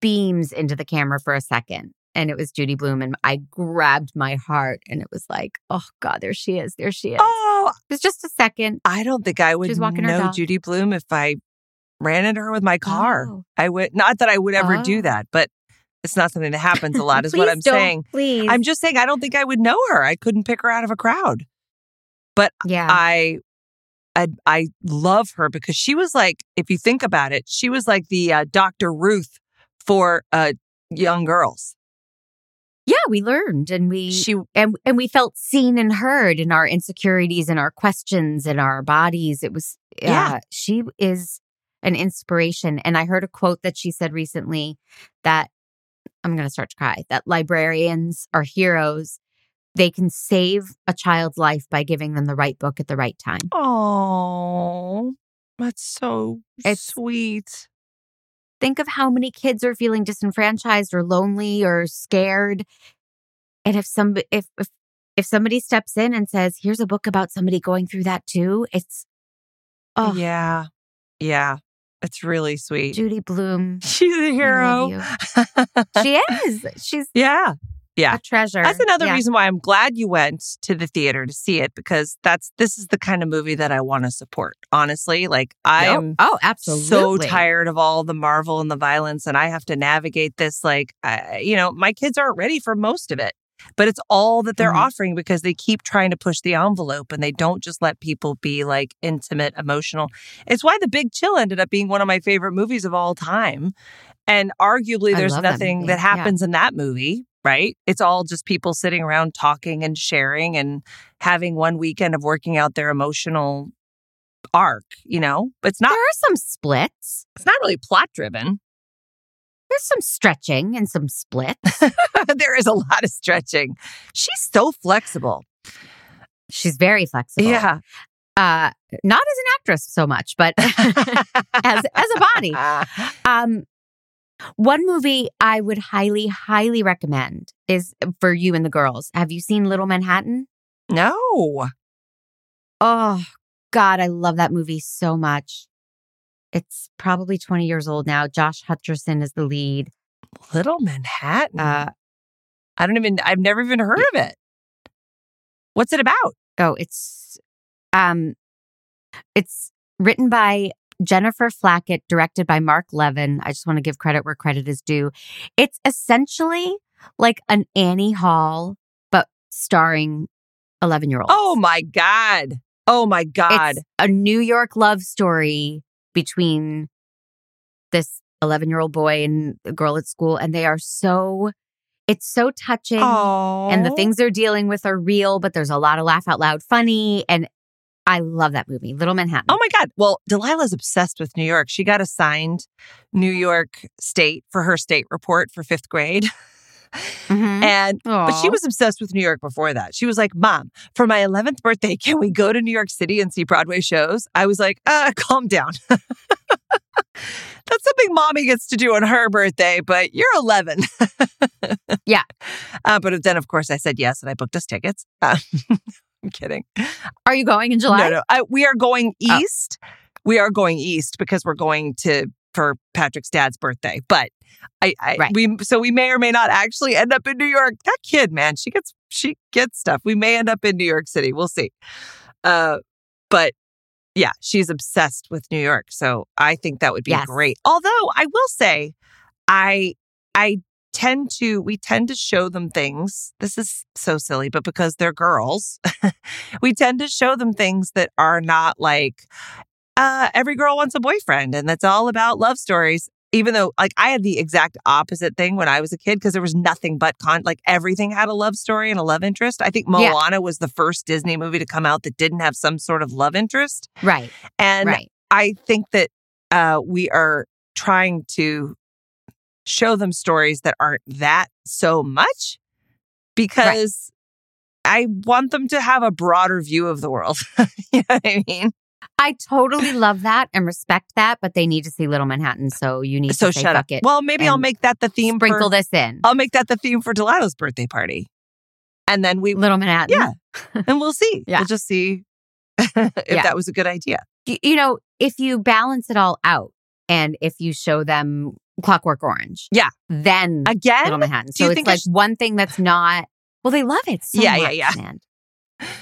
Speaker 2: beams into the camera for a second. And it was Judy Bloom, and I grabbed my heart, and it was like, oh God, there she is, there she is.
Speaker 1: Oh,
Speaker 2: It was just a second.
Speaker 1: I don't think I would
Speaker 2: was walking her
Speaker 1: know
Speaker 2: dog.
Speaker 1: Judy Bloom if I ran into her with my car.
Speaker 2: Oh.
Speaker 1: I would not that I would ever
Speaker 2: Oh.
Speaker 1: do that, but it's not something that happens a
Speaker 2: [laughs]
Speaker 1: lot, is what
Speaker 2: Please
Speaker 1: I'm
Speaker 2: don't,
Speaker 1: saying.
Speaker 2: Please,
Speaker 1: I'm just saying I don't think I would know her. I couldn't pick her out of a crowd.
Speaker 2: yeah.
Speaker 1: I, I I love her because she was like, if you think about it, she was like the uh, Dr. Ruth for uh, young girls.
Speaker 2: Yeah, we learned and we
Speaker 1: She-
Speaker 2: and and we felt seen and heard in our insecurities and our questions and our bodies. It was
Speaker 1: Yeah.
Speaker 2: yeah, she is an inspiration and I heard a quote that she said recently that I'm going to start to cry. That librarians are heroes. They can save a child's life by giving them the right book at the right time.
Speaker 1: Oh, that's so
Speaker 2: It's-
Speaker 1: sweet.
Speaker 2: think of how many kids are feeling disenfranchised or lonely or scared. And if some if if, if somebody steps in and says, "Here's a book about somebody going through that too," it's oh,
Speaker 1: Yeah. Yeah. It's really sweet.
Speaker 2: Judy [laughs]
Speaker 1: [laughs]
Speaker 2: Bloom.
Speaker 1: She's a hero. [laughs]
Speaker 2: She is. She's
Speaker 1: yeah. Yeah.
Speaker 2: a treasure.
Speaker 1: That's another
Speaker 2: Yeah.
Speaker 1: reason why I'm glad you went to the theater to see it because that's this is the kind of movie that I want to support. Honestly, like I
Speaker 2: Nope.
Speaker 1: am
Speaker 2: oh,
Speaker 1: so
Speaker 2: absolutely.
Speaker 1: tired of all the Marvel and the violence, and I have to navigate this. Like, I, you know, my kids aren't ready for most of it, but it's all that they're
Speaker 2: Mhm.
Speaker 1: offering because they keep trying to push the envelope and they don't just let people be like intimate, emotional. It's why The Big Chill ended up being one of my favorite movies of all time. And arguably,
Speaker 2: I
Speaker 1: there's
Speaker 2: love that
Speaker 1: nothing
Speaker 2: movie.
Speaker 1: that,
Speaker 2: Yeah.
Speaker 1: happens in that movie, right? It's all just people sitting around talking and sharing and having one weekend of working out their emotional arc, you know? It's
Speaker 2: There
Speaker 1: not
Speaker 2: are some splits.
Speaker 1: it's not really plot driven. [laughs]
Speaker 2: There's some stretching and some [laughs] splits.
Speaker 1: there is a lot of stretching. She's so flexible.
Speaker 2: She's very flexible. [laughs] Uh, not as an actress so much, [laughs] but as as a body. Um, one movie I would highly, highly recommend is uh, for you and the girls. Have you seen Little Manhattan?
Speaker 1: [laughs] no.
Speaker 2: Oh God, I love that movie so much. It's probably 20 years old now. Josh Hutcherson is the lead.
Speaker 1: Little Manhattan.
Speaker 2: Uh,
Speaker 1: I don't even I've never even heard of it. What's it about?
Speaker 2: oh, it's um it's written by Jennifer Flackett, directed by Mark Levin. I just want to give credit where credit is due. It's essentially like an Annie Hall, but starring 11 year olds.
Speaker 1: Oh my God. Oh my God.
Speaker 2: It's a New York love story between this 11 year old boy and a girl at school. And they are so, it's so touching.
Speaker 1: Oh.
Speaker 2: And the things they're dealing with are real, but there's a lot of laugh out loud funny. And I love that movie, Little Manhattan.
Speaker 1: Oh my God. Well, Delilah's obsessed with New York. She got assigned New York State for her state report for fifth grade.
Speaker 2: Mhm.
Speaker 1: And But she
Speaker 2: Aw.
Speaker 1: was obsessed with New York before that. She was like, Mom, for my 11th birthday, [laughs] can we go to New York City and see Broadway shows? I was like, uh, [laughs] calm down. That's something mommy gets to do on her birthday, but you're [laughs] 11.
Speaker 2: Yeah.
Speaker 1: Uh, but then, of course, I said yes and I booked us tickets. [laughs] Uh, I'm kidding.
Speaker 2: Are you going in July?
Speaker 1: No, no. I, we are going
Speaker 2: Oh.
Speaker 1: east. We are going east because we're going to for Patrick's dad's birthday. But I, I
Speaker 2: Right.
Speaker 1: we so we may or may not actually end up in New York. That kid, man, she gets she gets stuff. We may end up in New York City. We'll see. Uh, but yeah, she's obsessed with New York. So I think that would be
Speaker 2: Yes.
Speaker 1: great. Although I will say, I I tend to we tend to show them things. This is so silly, but because they're girls, [laughs] we tend to show them things that are not like uh, every girl wants a boyfriend, and that's all about love stories. Even though, like, I had the exact opposite thing when I was a kid because there was nothing but con, like, everything had a love story and a love interest. I think
Speaker 2: Yeah.
Speaker 1: Moana was the first Disney movie to come out that didn't have some sort of love interest.
Speaker 2: Right,
Speaker 1: And
Speaker 2: right.
Speaker 1: I think that uh, we are trying to show them stories that aren't that so much because I want them to have a broader view of the world. [laughs] you know what I mean?
Speaker 2: I totally love that and respect that, but they need to see Little Manhattan. So you need
Speaker 1: So
Speaker 2: to say
Speaker 1: shut up.
Speaker 2: fuck it.
Speaker 1: Well, maybe I'll
Speaker 2: and
Speaker 1: make that the theme. for-
Speaker 2: sprinkle this in.
Speaker 1: I'll make that the theme for Delilah's birthday party, and then [laughs] we
Speaker 2: Little Manhattan.
Speaker 1: yeah, and we'll see.
Speaker 2: Yeah.
Speaker 1: We'll just see [laughs] if
Speaker 2: Yeah.
Speaker 1: that was a good idea.
Speaker 2: y- you know, if you balance it all out and if you show them Clockwork Orange,
Speaker 1: Yeah.
Speaker 2: then Little
Speaker 1: Again,
Speaker 2: Manhattan.
Speaker 1: do
Speaker 2: So
Speaker 1: you
Speaker 2: it's
Speaker 1: think I
Speaker 2: like
Speaker 1: sh-
Speaker 2: one thing that's not. Well, they love it. So
Speaker 1: Yeah,
Speaker 2: much,
Speaker 1: yeah, yeah.
Speaker 2: man.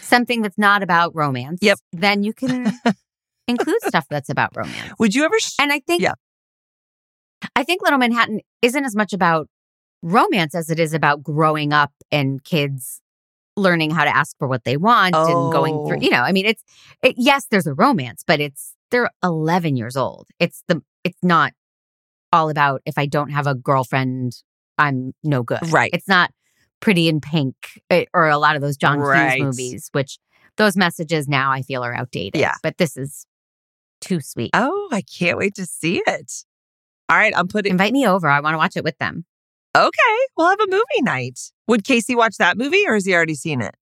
Speaker 2: Something that's not about romance.
Speaker 1: Yep.
Speaker 2: Then you [laughs] can include stuff that's about romance.
Speaker 1: would you ever? Sh-
Speaker 2: And I think,
Speaker 1: Yeah.
Speaker 2: I think Little Manhattan isn't as much about romance as it is about growing up and kids learning how to ask for what they want and going
Speaker 1: Oh.
Speaker 2: through. You know, I mean, it's it, yes, there's a romance, but it's they're 11 years old. It's the it's not all about if I don't have a girlfriend, I'm no good.
Speaker 1: Right.
Speaker 2: It's not Pretty in Pink eh, or a lot of those John
Speaker 1: Right.
Speaker 2: Hughes movies, which those messages now I feel are outdated.
Speaker 1: Yeah.
Speaker 2: But this is too sweet.
Speaker 1: oh, I can't wait to see it. All right, I'm putting.
Speaker 2: Invite me over. I want to watch it with them.
Speaker 1: Okay, we'll have a movie night. Would Casey watch that movie, or has he already seen it?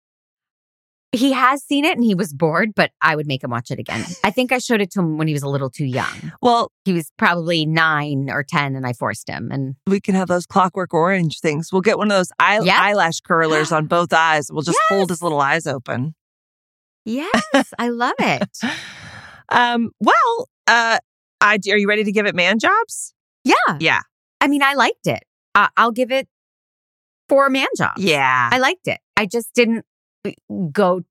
Speaker 2: He has seen it and he was bored, but I would make him watch it again. I think I showed it to him when he was a little too young.
Speaker 1: Well,
Speaker 2: He was probably nine or 10 and I forced him. And
Speaker 1: we can have those clockwork orange things. We'll get one of those eye-
Speaker 2: Yeah.
Speaker 1: eyelash curlers on both eyes. We'll just hold his little eyes open.
Speaker 2: yes, I love it.
Speaker 1: Um, well, uh, I, are you ready to give it man jobs?
Speaker 2: Yeah.
Speaker 1: Yeah.
Speaker 2: [laughs] I mean, I liked it. I I'll give it four man jobs.
Speaker 1: Yeah.
Speaker 2: I liked it. I just didn't uh, go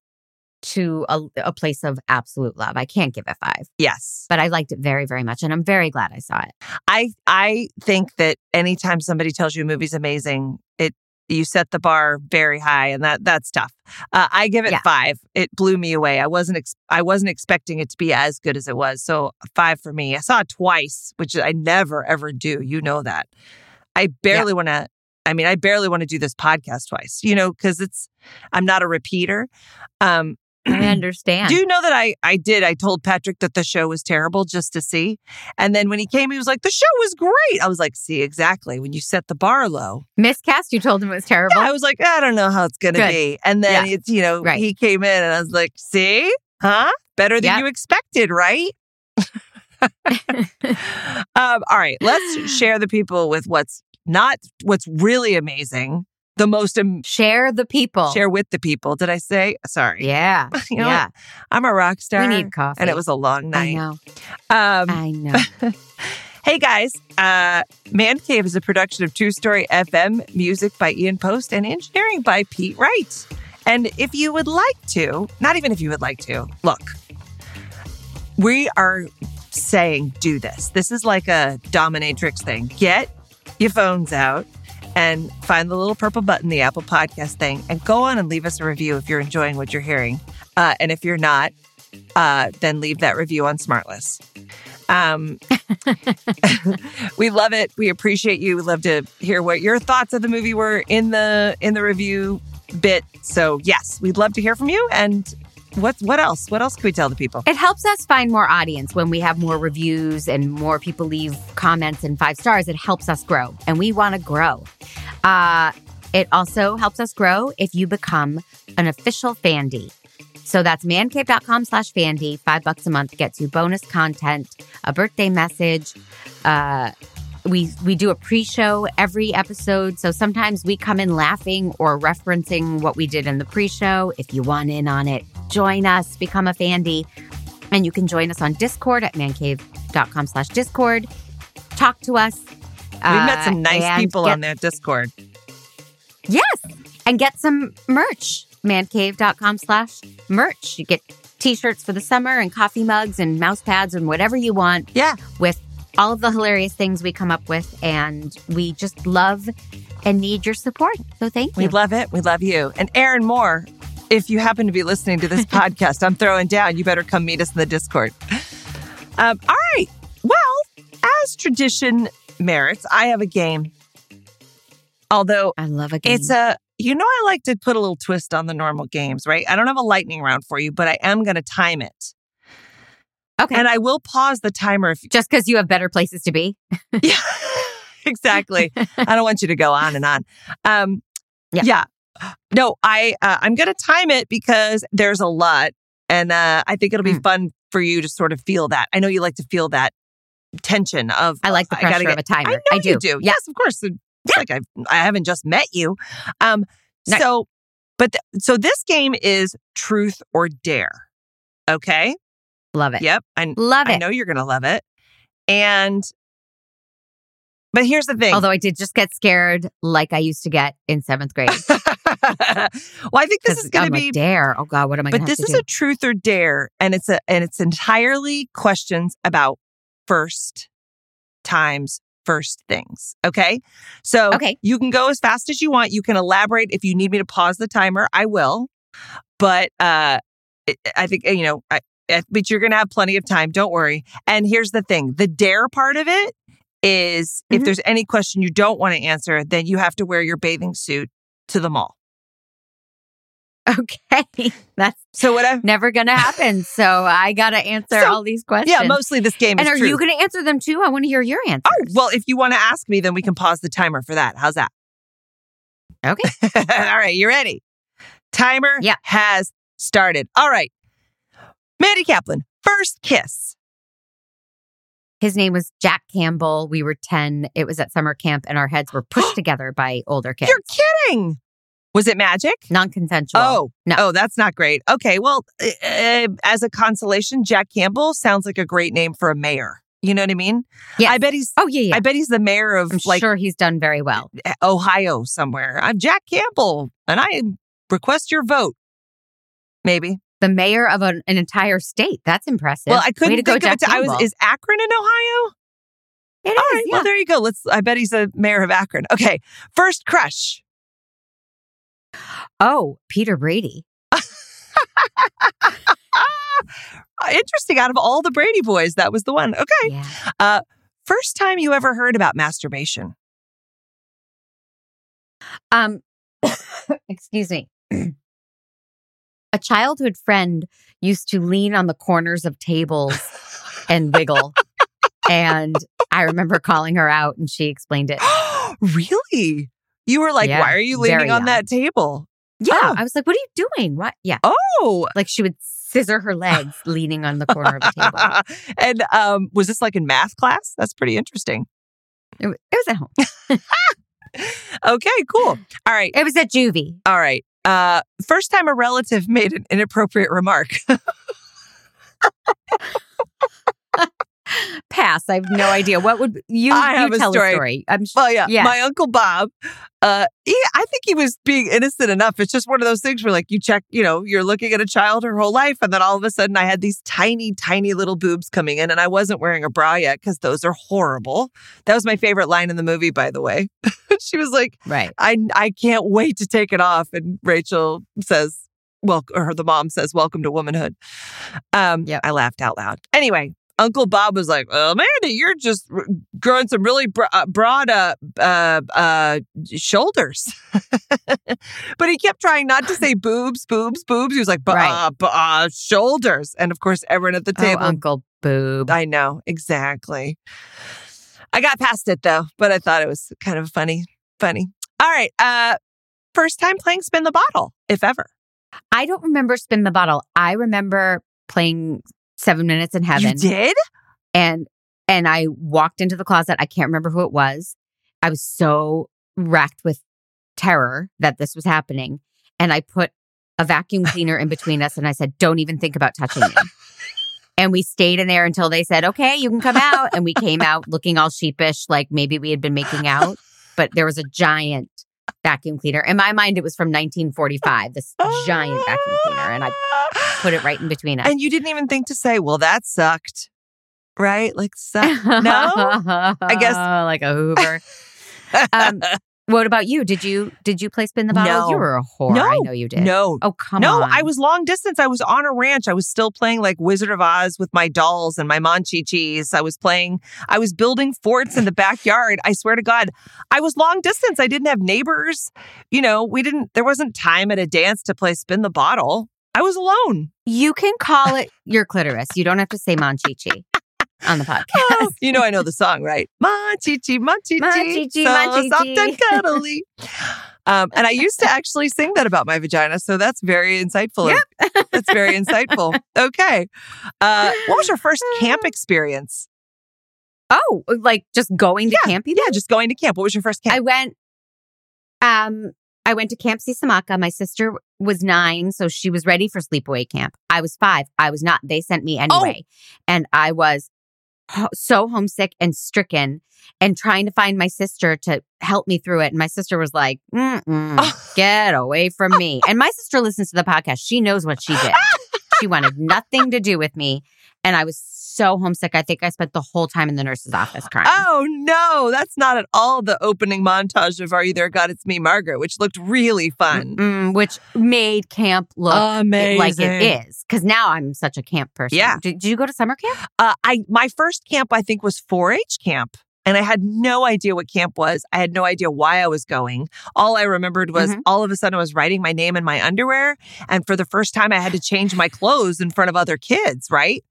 Speaker 2: to a, a place of absolute love. I can't give it five,
Speaker 1: yes.
Speaker 2: but I liked it very, very much. And I'm very glad I saw it.
Speaker 1: I I think that anytime somebody tells you a movie's amazing, it you set the bar very high, and that that's tough. Uh, I give it
Speaker 2: Yeah.
Speaker 1: five. It blew me away. I wasn't ex- I wasn't expecting it to be as good as it was. So five for me. I saw it twice, which I never ever do. You know that. I barely want to. I mean, I barely want to do this podcast twice. You know, because it's I'm not a repeater. Um,
Speaker 2: I understand.
Speaker 1: do you know that I I did? I told Patrick that the show was terrible just to see, and then when he came, he was like, "The show was great." I was like, "See, exactly when you set the bar low."
Speaker 2: Miscast, you told him it was terrible.
Speaker 1: I was like, "I don't know how it's gonna
Speaker 2: Good.
Speaker 1: be," and then it's you know
Speaker 2: Right.
Speaker 1: he came in and I was like, "See, huh? Better than
Speaker 2: Yeah.
Speaker 1: you expected, right?" [laughs] um, all right,
Speaker 2: [laughs]
Speaker 1: let's share the people with what's not what's really amazing, the most am-
Speaker 2: Share the people.
Speaker 1: share with the people. Did I say sorry?
Speaker 2: Yeah.
Speaker 1: [laughs] You know,
Speaker 2: yeah.
Speaker 1: I'm a rock star.
Speaker 2: We need coffee.
Speaker 1: and it was a long
Speaker 2: I
Speaker 1: night.
Speaker 2: know.
Speaker 1: Um,
Speaker 2: I
Speaker 1: [laughs]
Speaker 2: know.
Speaker 1: Hey guys, uh, Man Cave is a production of True Story FM, music by Ian Post, and engineering by Pete Wright. And if you would like to, not even if you would like to, look, we are saying do this. This is like a dominatrix thing. Get your phones out and find the little purple button, the Apple Podcast thing, and go on and leave us a review if you're enjoying what you're hearing. Uh, and if you're not, uh, then leave that review on Smartless. Um, we love it. We appreciate you. We love to hear what your thoughts of the movie were in the in the review bit. So yes, we'd love to hear from you. And what's what else? What else can we tell the people?
Speaker 2: It helps us find more audience when we have more reviews and more people leave comments and five stars. It helps us grow, and we want to grow. Uh, it also helps us grow if you become an official Fandy. So that's mancave.com slash Fandy. Five bucks a month gets you bonus content, a birthday message. Uh, we, we do a pre show every episode. So sometimes we come in laughing or referencing what we did in the pre show. If you want in on it, join us, become a Fandy. And you can join us on Discord at mancave.com slash Discord. Talk to us.
Speaker 1: We've met
Speaker 2: Uh,
Speaker 1: some nice people
Speaker 2: on there.
Speaker 1: on that Discord.
Speaker 2: Yes. And get some merch. Mancave.com slash merch. You get t-shirts for the summer and coffee mugs and mouse pads and whatever you want
Speaker 1: Yeah.
Speaker 2: with all of the hilarious things we come up with. And we just love and need your support. So thank
Speaker 1: We
Speaker 2: you.
Speaker 1: love it. We love you. And Aaron Moore, if you happen to be listening to this podcast, I'm throwing down. You better come meet us in the Discord. Um, all right. Well, as tradition merits, I have a game. Although
Speaker 2: I love a game.
Speaker 1: It's a you know I like to put a little twist on the normal games, right? I don't have a lightning round for you, but I am going to time it.
Speaker 2: okay.
Speaker 1: And I will pause the timer
Speaker 2: [laughs]
Speaker 1: if [laughs]
Speaker 2: just because you have better places to be.
Speaker 1: yeah, exactly. I don't want you to go on and on. Um, yeah.
Speaker 2: Yeah.
Speaker 1: No, I uh, I'm going to time it because there's a lot, and uh, I think it'll be
Speaker 2: Mm.
Speaker 1: fun for you to sort of feel that. I know you like to feel that tension of
Speaker 2: I like the
Speaker 1: I gotta
Speaker 2: pressure
Speaker 1: get-
Speaker 2: of a timer.
Speaker 1: I know
Speaker 2: do.
Speaker 1: you do.
Speaker 2: Yeah.
Speaker 1: Yes, of course. It's like I I haven't just met you. Um
Speaker 2: Right.
Speaker 1: so but th- so this game is truth or dare. Okay?
Speaker 2: Love it.
Speaker 1: Yep. I
Speaker 2: Love
Speaker 1: I
Speaker 2: it.
Speaker 1: know you're going to love it. And but here's the thing. [laughs]
Speaker 2: Although I did just get scared like I used to get in seventh grade.
Speaker 1: well, I think this
Speaker 2: 'Cause
Speaker 1: is going to
Speaker 2: I'm like,
Speaker 1: be
Speaker 2: dare. Oh God, what am I
Speaker 1: but
Speaker 2: going to
Speaker 1: this is a truth or dare and it's a and it's entirely questions about first times first things okay so
Speaker 2: Okay.
Speaker 1: you can go as fast as you want you can elaborate if you need me to pause the timer i will but uh it, i think you know I, I- but you're gonna have plenty of time don't worry and here's the thing the dare part of it is if
Speaker 2: Mhm.
Speaker 1: there's any question you don't want to answer then you have to wear your bathing suit to the mall
Speaker 2: [laughs] Okay. That's
Speaker 1: so what i
Speaker 2: never gonna happen. So I gotta answer
Speaker 1: So-
Speaker 2: all these questions.
Speaker 1: yeah mostly this game
Speaker 2: and
Speaker 1: is
Speaker 2: are
Speaker 1: truth.
Speaker 2: you gonna answer them too? I want to hear your answer.
Speaker 1: Oh, well, if you want to ask me, then we can pause the timer for that. How's that?
Speaker 2: Okay.
Speaker 1: [laughs] All right, you ready? Timer
Speaker 2: Yeah.
Speaker 1: has started. All right. Mandy Kaplan, first kiss.
Speaker 2: His name was Jack Campbell. We were 10. It was at summer camp, and our heads were
Speaker 1: [gasps]
Speaker 2: pushed together by older kids.
Speaker 1: You're kidding. Was it magic?
Speaker 2: Non consensual.
Speaker 1: Oh,
Speaker 2: no.
Speaker 1: Oh, that's not great. Okay. Well, uh, as a consolation, Jack Campbell sounds like a great name for a mayor. You know what I mean?
Speaker 2: Yes.
Speaker 1: I bet he's.
Speaker 2: Oh, yeah, yeah.
Speaker 1: I bet he's the mayor of
Speaker 2: I'm
Speaker 1: like
Speaker 2: sure he's done very well.
Speaker 1: Ohio somewhere. I'm Jack Campbell, and I request your vote. Maybe.
Speaker 2: The mayor of an, an entire state. That's impressive.
Speaker 1: Well, I couldn't
Speaker 2: Way to
Speaker 1: think
Speaker 2: go,
Speaker 1: of
Speaker 2: Jack
Speaker 1: it. to- I was.
Speaker 2: Campbell.
Speaker 1: Is Akron in Ohio?
Speaker 2: It
Speaker 1: All
Speaker 2: is,
Speaker 1: right.
Speaker 2: yeah.
Speaker 1: Well, there you go. Let's. I bet he's a mayor of Akron. Okay. First crush.
Speaker 2: oh, Peter Brady.
Speaker 1: Ah, Interesting. Out of all the Brady boys, that was the one. Okay.
Speaker 2: Yeah.
Speaker 1: First time you ever heard about masturbation. [gasps]
Speaker 2: Um, [coughs] excuse me. A childhood friend used to lean on the corners of tables and wiggle. and I remember calling her out and she explained it.
Speaker 1: really? You were like,
Speaker 2: Yeah,
Speaker 1: why are you
Speaker 2: very
Speaker 1: leaning on
Speaker 2: young.
Speaker 1: that table?
Speaker 2: Yeah.
Speaker 1: Oh.
Speaker 2: I was like, what are you doing? What? Yeah.
Speaker 1: Oh.
Speaker 2: Like she would scissor her legs leaning on the corner of a table.
Speaker 1: [laughs] and um, was this like in math class? That's pretty interesting.
Speaker 2: It, wa- it was at home.
Speaker 1: Okay,
Speaker 2: [laughs]
Speaker 1: cool. All right.
Speaker 2: It was at juvie.
Speaker 1: All right. Uh, first time a relative [laughs] made an inappropriate remark. [laughs]
Speaker 2: Pass. I have no idea. What would you,
Speaker 1: I
Speaker 2: you
Speaker 1: have a
Speaker 2: tell
Speaker 1: story.
Speaker 2: a story? I'm sure.
Speaker 1: Well, yeah,
Speaker 2: Yeah.
Speaker 1: my uncle Bob. Uh, he, I think he was being innocent enough. It's just one of those things where, like, you check, you know, you're looking at a child her whole life, and then all of a sudden, I had these tiny, tiny little boobs coming in, and I wasn't wearing a bra yet because those are horrible. That was my favorite line in the movie, by the way. [laughs] she was like,
Speaker 2: Right.
Speaker 1: I I can't wait to take it off. And Rachel says, "Well," or the mom says, "Welcome to womanhood." Um,
Speaker 2: Yep.
Speaker 1: I laughed out loud. Anyway, Uncle Bob was like, "Well, Amanda, you're just r- growing some really bro- uh, broad uh, uh, uh, shoulders." [laughs] but he kept trying not to
Speaker 2: [laughs]
Speaker 1: say boobs, boobs, boobs. He was like, "Bah,
Speaker 2: Right.
Speaker 1: bah, shoulders," and of course, everyone at the
Speaker 2: Oh,
Speaker 1: table
Speaker 2: Uncle Boob.
Speaker 1: I know, exactly. I got past it though, but I thought it was kind of funny. Funny. All right. Uh first time playing spin the bottle, if ever.
Speaker 2: I don't remember Spin the Bottle. I remember playing Seven Minutes in
Speaker 1: You
Speaker 2: Heaven.
Speaker 1: did?
Speaker 2: And and I walked into the closet. I can't remember who it was. I was so racked with terror that this was happening. And I put a vacuum cleaner in between us and I said, Don't even think about touching me. and we stayed in there until they said, Okay, you can come out. And we came out looking all sheepish, like maybe we had been making out, but there was a giant vacuum cleaner. In my mind, it was from 1945, this giant vacuum cleaner. And I
Speaker 1: [gasps]
Speaker 2: put it right in between us.
Speaker 1: And you didn't even think to say, well, that sucked. Right?
Speaker 2: [laughs]
Speaker 1: Like suck. No?
Speaker 2: I
Speaker 1: guess-
Speaker 2: [laughs] like
Speaker 1: [laughs]
Speaker 2: a Hoover. Um, what about you? Did you did you play spin the bottle?
Speaker 1: No.
Speaker 2: You were a whore. I
Speaker 1: No.
Speaker 2: know you did.
Speaker 1: no.
Speaker 2: Oh come
Speaker 1: no,
Speaker 2: on.
Speaker 1: I was long distance. I was on a ranch. I was still playing like Wizard of Oz with my dolls and my monchichis. I was playing, I was building forts in the backyard. I swear to God, I was long distance. I didn't have neighbors. You know, we didn't, there wasn't time at a dance to play spin the bottle. I was alone.
Speaker 2: You can call it your clitoris. You don't have to
Speaker 1: [laughs]
Speaker 2: say Monchichi on the podcast.
Speaker 1: you know, I know the song, right? Monchichi, monchichi,
Speaker 2: Monchichi,
Speaker 1: so
Speaker 2: monchichi.
Speaker 1: soft and
Speaker 2: [laughs]
Speaker 1: cuddly. Um, and I used to actually sing that about my vagina, so that's very insightful. that's very insightful. Okay, uh, what was your first
Speaker 2: [laughs]
Speaker 1: camp experience?
Speaker 2: Oh, like just going to camp? you
Speaker 1: Yeah,
Speaker 2: did?
Speaker 1: just going to camp. What was your first camp?
Speaker 2: I went. Um, I went to Camp Sisamaka. My sister was nine, so she was ready for sleepaway camp. I was five. I was not. They sent me anyway, and I was ho- so homesick and stricken, and trying to find my sister to help me through it. And my sister was like, Mm-mm, "Get away from me!" And my sister listens to the podcast. She knows what she did. She wanted nothing to do with me, and I was so homesick. I think I spent the whole time in the nurse's office crying.
Speaker 1: Oh no, that's not at all the opening montage of "Are You There, God? It's Me, Margaret," which looked really fun.
Speaker 2: Mm, which made camp look it- like
Speaker 1: Amazing.
Speaker 2: it is. Because now I'm such a camp person.
Speaker 1: Yeah.
Speaker 2: Did, did you go to summer camp?
Speaker 1: Uh, I my first camp I think was 4-H camp, and I had no idea what camp was. I had no idea why I was going. All I remembered was
Speaker 2: Mhm.
Speaker 1: all of a sudden I was writing my name in my underwear, and for the first time I had to change my clothes in front of other kids. Right?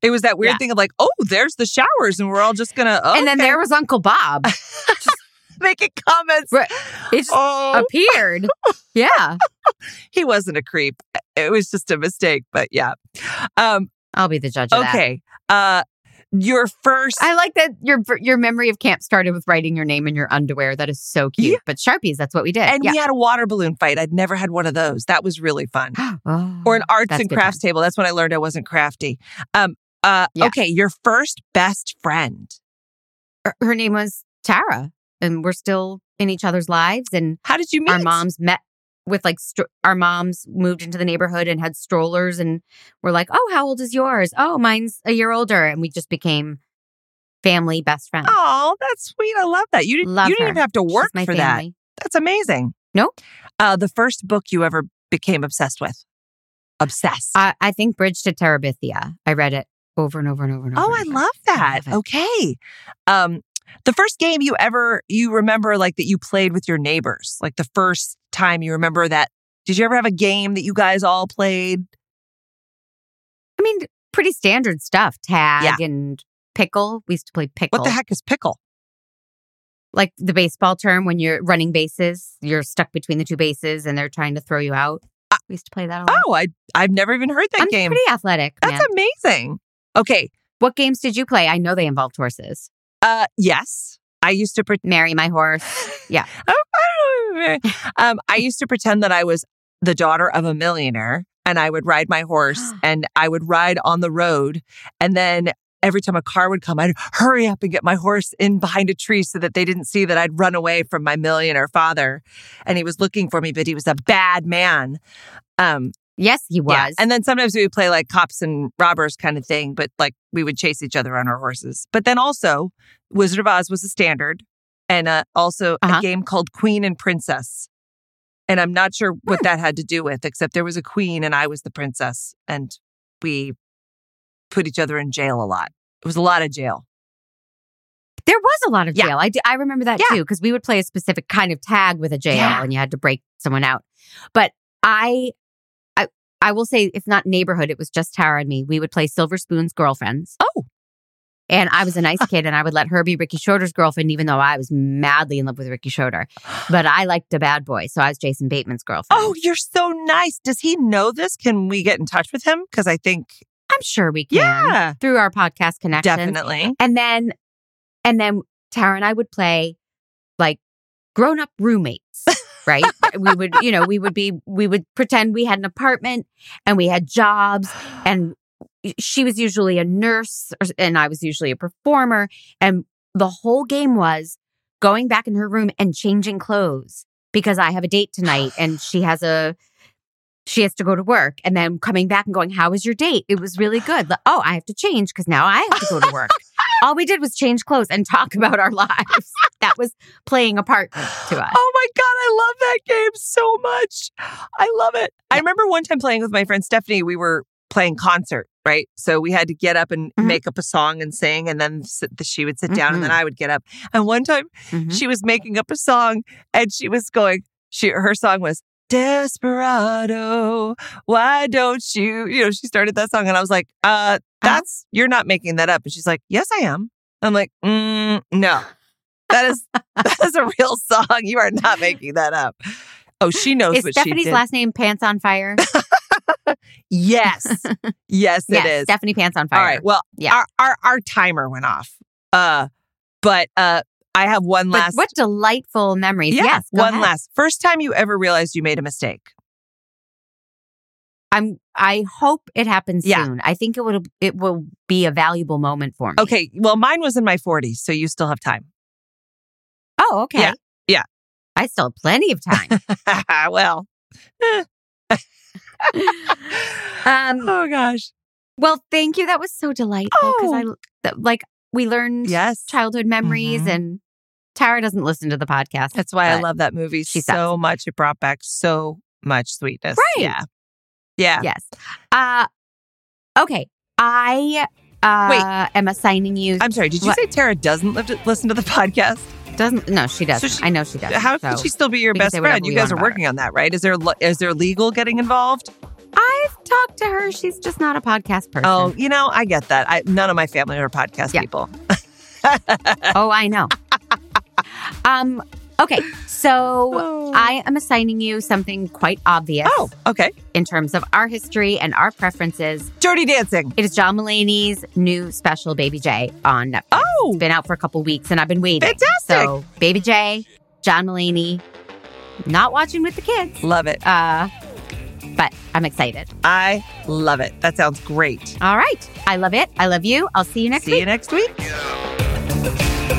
Speaker 1: It was that weird
Speaker 2: Yeah.
Speaker 1: thing of like, oh, there's the showers, and we're all just gonna oh, okay, [laughs]
Speaker 2: And then there was Uncle Bob. It
Speaker 1: making comments.
Speaker 2: Right. just
Speaker 1: [laughs] Oh,
Speaker 2: appeared. Yeah.
Speaker 1: he wasn't a creep. it was just a mistake, but yeah. Um,
Speaker 2: I'll be the judge of that.
Speaker 1: okay. Uh, your first.
Speaker 2: I like that your your memory of camp started with writing your name in your underwear. That is so cute.
Speaker 1: Yeah.
Speaker 2: But Sharpies, that's what we did.
Speaker 1: and
Speaker 2: yeah.
Speaker 1: we had a water balloon fight. I'd never had one of those. That was really fun.
Speaker 2: [gasps] Oh,
Speaker 1: Or an arts
Speaker 2: that's
Speaker 1: and
Speaker 2: good times.
Speaker 1: crafts table. That's when I learned I wasn't crafty. Um, uh,
Speaker 2: Yeah.
Speaker 1: Okay, your first best friend.
Speaker 2: her, her name was Tara, and we're still in each other's lives. And
Speaker 1: How did you meet?
Speaker 2: our moms met with like stro- our moms moved into the neighborhood and had strollers, and we're like, "Oh, how old is yours? Oh, mine's a year older," and we just became family best friends.
Speaker 1: Oh, that's sweet. I love that. You didn't.
Speaker 2: Love
Speaker 1: you didn't
Speaker 2: her.
Speaker 1: even have to
Speaker 2: She's
Speaker 1: work
Speaker 2: my
Speaker 1: for that.
Speaker 2: family.
Speaker 1: That's amazing.
Speaker 2: Nope.
Speaker 1: Uh, the first book you ever became obsessed with. Obsessed.
Speaker 2: I, I think Bridge to Terabithia. I read it over and over and over and over.
Speaker 1: oh, I
Speaker 2: and over.
Speaker 1: love that.
Speaker 2: I love
Speaker 1: okay. Um, the first game you ever you remember like that you played with your neighbors. Like the first time you remember that. Did you ever have a game that you guys all played?
Speaker 2: I mean, pretty standard stuff. Tag and pickle. We used to play pickle.
Speaker 1: What the heck is pickle?
Speaker 2: Like the baseball term when you're running bases, you're stuck between the two bases and they're trying to throw you out. We used to play that a lot.
Speaker 1: Uh Oh, I I've never even heard that
Speaker 2: Um, I'm
Speaker 1: game.
Speaker 2: pretty athletic, man.
Speaker 1: That's amazing. Okay.
Speaker 2: what games did you play? I know they involved horses.
Speaker 1: Uh, yes. I used to pretend.
Speaker 2: Marry my horse. Yeah.
Speaker 1: Oh, I don't know. [laughs] um,
Speaker 2: [laughs]
Speaker 1: I used to pretend that I was the daughter of a millionaire and I would ride my
Speaker 2: [gasps]
Speaker 1: horse and I would ride on the road. And then every time a car would come, I'd hurry up and get my horse in behind a tree so that they didn't see that I'd run away from my millionaire father. And he was looking for me, but he was a bad man. Um,
Speaker 2: Yes, he was.
Speaker 1: yeah. And then sometimes we would play like cops and robbers kind of thing, but like we would chase each other on our horses. But then also, Wizard of Oz was a standard, and uh, also
Speaker 2: Uh-huh.
Speaker 1: a game called Queen and Princess. And I'm not sure what that had to do with, except there was a queen and I was the princess, and we put each other in jail a lot. It was a lot of jail.
Speaker 2: there was a lot of
Speaker 1: Yeah.
Speaker 2: jail. I, d- I remember that
Speaker 1: Yeah.
Speaker 2: too, because we would play a specific kind of tag with a jail
Speaker 1: Yeah.
Speaker 2: and you had to break someone out. But I, I, I will say, if not neighborhood, it was just Tara and me. We would play Silver Spoon's Girlfriends.
Speaker 1: Oh.
Speaker 2: And I was
Speaker 1: [laughs]
Speaker 2: a nice kid and I would let her be Ricky Schroeder's girlfriend, even though I was madly in love with Ricky Schroeder. But I liked a bad boy. So I was Jason Bateman's girlfriend.
Speaker 1: Oh, you're so nice. Does he know this? Can we get in touch with him? Because I think,
Speaker 2: I'm sure we can.
Speaker 1: yeah,
Speaker 2: Through our podcast connections.
Speaker 1: definitely.
Speaker 2: And then, and then Tara and I would play like grown up roommates, right? we would, you know, we would be, we would pretend we had an apartment and we had jobs and she was usually a nurse or- and I was usually a performer. And the whole game was going back in her room and changing clothes because I have a date tonight and she has a, she has to go to work and then coming back and going, How was your date? It was really good. Like, oh, I have to change because now I have to go to work. All we did was change clothes and talk [laughs] about our lives. that was playing apartment to
Speaker 1: [sighs]
Speaker 2: us.
Speaker 1: Oh my God, I love that game so much. I love it. I remember one time playing with my friend Stephanie, we were playing concert, right? So we had to get up and
Speaker 2: Mhm.
Speaker 1: make up a song and sing, and then s- she would sit down, and then
Speaker 2: Mhm.
Speaker 1: I would get up. And one time
Speaker 2: Mhm.
Speaker 1: she was making up a song and she was going, she her song was Desperado, why don't you? You know, she started that song and I was like,
Speaker 2: Uh-huh.
Speaker 1: uh, that's you're not making that up. And she's like, Yes, I am. I'm like, mm, no. That is [laughs] that is a real song. You are not making that up. Oh, she knows
Speaker 2: Is
Speaker 1: what she
Speaker 2: Stephanie's
Speaker 1: did.
Speaker 2: last name Pants on Fire? [laughs]
Speaker 1: yes. Yes, it is.
Speaker 2: yes, Stephanie Pants on Fire.
Speaker 1: All right. Well,
Speaker 2: Yeah.
Speaker 1: our, our our timer went off. Uh but uh I have one
Speaker 2: But
Speaker 1: last
Speaker 2: what delightful memories.
Speaker 1: Yeah,
Speaker 2: yes. go
Speaker 1: one
Speaker 2: ahead.
Speaker 1: last. First time you ever realized you made a mistake.
Speaker 2: I'm I hope it happens
Speaker 1: Yeah.
Speaker 2: soon. I think it will it will be a valuable moment for me.
Speaker 1: Okay, well, mine was in my 40s, so you still have time. [laughs]
Speaker 2: Oh, okay.
Speaker 1: Yeah, yeah.
Speaker 2: I still have plenty
Speaker 1: [laughs]
Speaker 2: of time.
Speaker 1: well,
Speaker 2: um
Speaker 1: oh gosh,
Speaker 2: Well, thank you. That was so delightful because I that- like we learned
Speaker 1: Oh. yes,
Speaker 2: childhood memories
Speaker 1: Mhm.
Speaker 2: and Tara doesn't listen to the podcast.
Speaker 1: that's why I
Speaker 2: but-
Speaker 1: love that movie
Speaker 2: she
Speaker 1: so
Speaker 2: sucks.
Speaker 1: much. It brought back so much sweetness.
Speaker 2: Right.
Speaker 1: Yeah. Yeah.
Speaker 2: Yes. Uh okay. I uh am assigning you
Speaker 1: I'm sorry. Did you
Speaker 2: What?
Speaker 1: say Tara doesn't live to listen to the [laughs] podcast?
Speaker 2: doesn't no, she doesn't.
Speaker 1: she-
Speaker 2: I know she doesn't.
Speaker 1: How
Speaker 2: so.
Speaker 1: could she still be your
Speaker 2: we can
Speaker 1: best
Speaker 2: say whatever
Speaker 1: friend? You
Speaker 2: we
Speaker 1: guys
Speaker 2: want
Speaker 1: are
Speaker 2: about her.
Speaker 1: working on that, right? Is there le- is there legal getting involved?
Speaker 2: I've talked to her. She's just not a podcast person. [laughs]
Speaker 1: Oh, you know, I get that. I, none of my family are podcast
Speaker 2: Yeah.
Speaker 1: people.
Speaker 2: oh I know. Oh, [laughs] um Okay, so I am assigning you something quite obvious
Speaker 1: Oh, okay.
Speaker 2: in terms of our history and our preferences.
Speaker 1: Dirty Dancing.
Speaker 2: It is John Mulaney's new special, Baby J, on Netflix.
Speaker 1: Oh.
Speaker 2: It's been out for a couple weeks, and I've been waiting.
Speaker 1: Fantastic.
Speaker 2: So, Baby J, John Mulaney, not watching with the kids,
Speaker 1: Love it.
Speaker 2: uh, but I'm excited.
Speaker 1: I love it. That sounds great.
Speaker 2: All right, I love it. I love you. I'll see you next
Speaker 1: See
Speaker 2: week.
Speaker 1: you next week.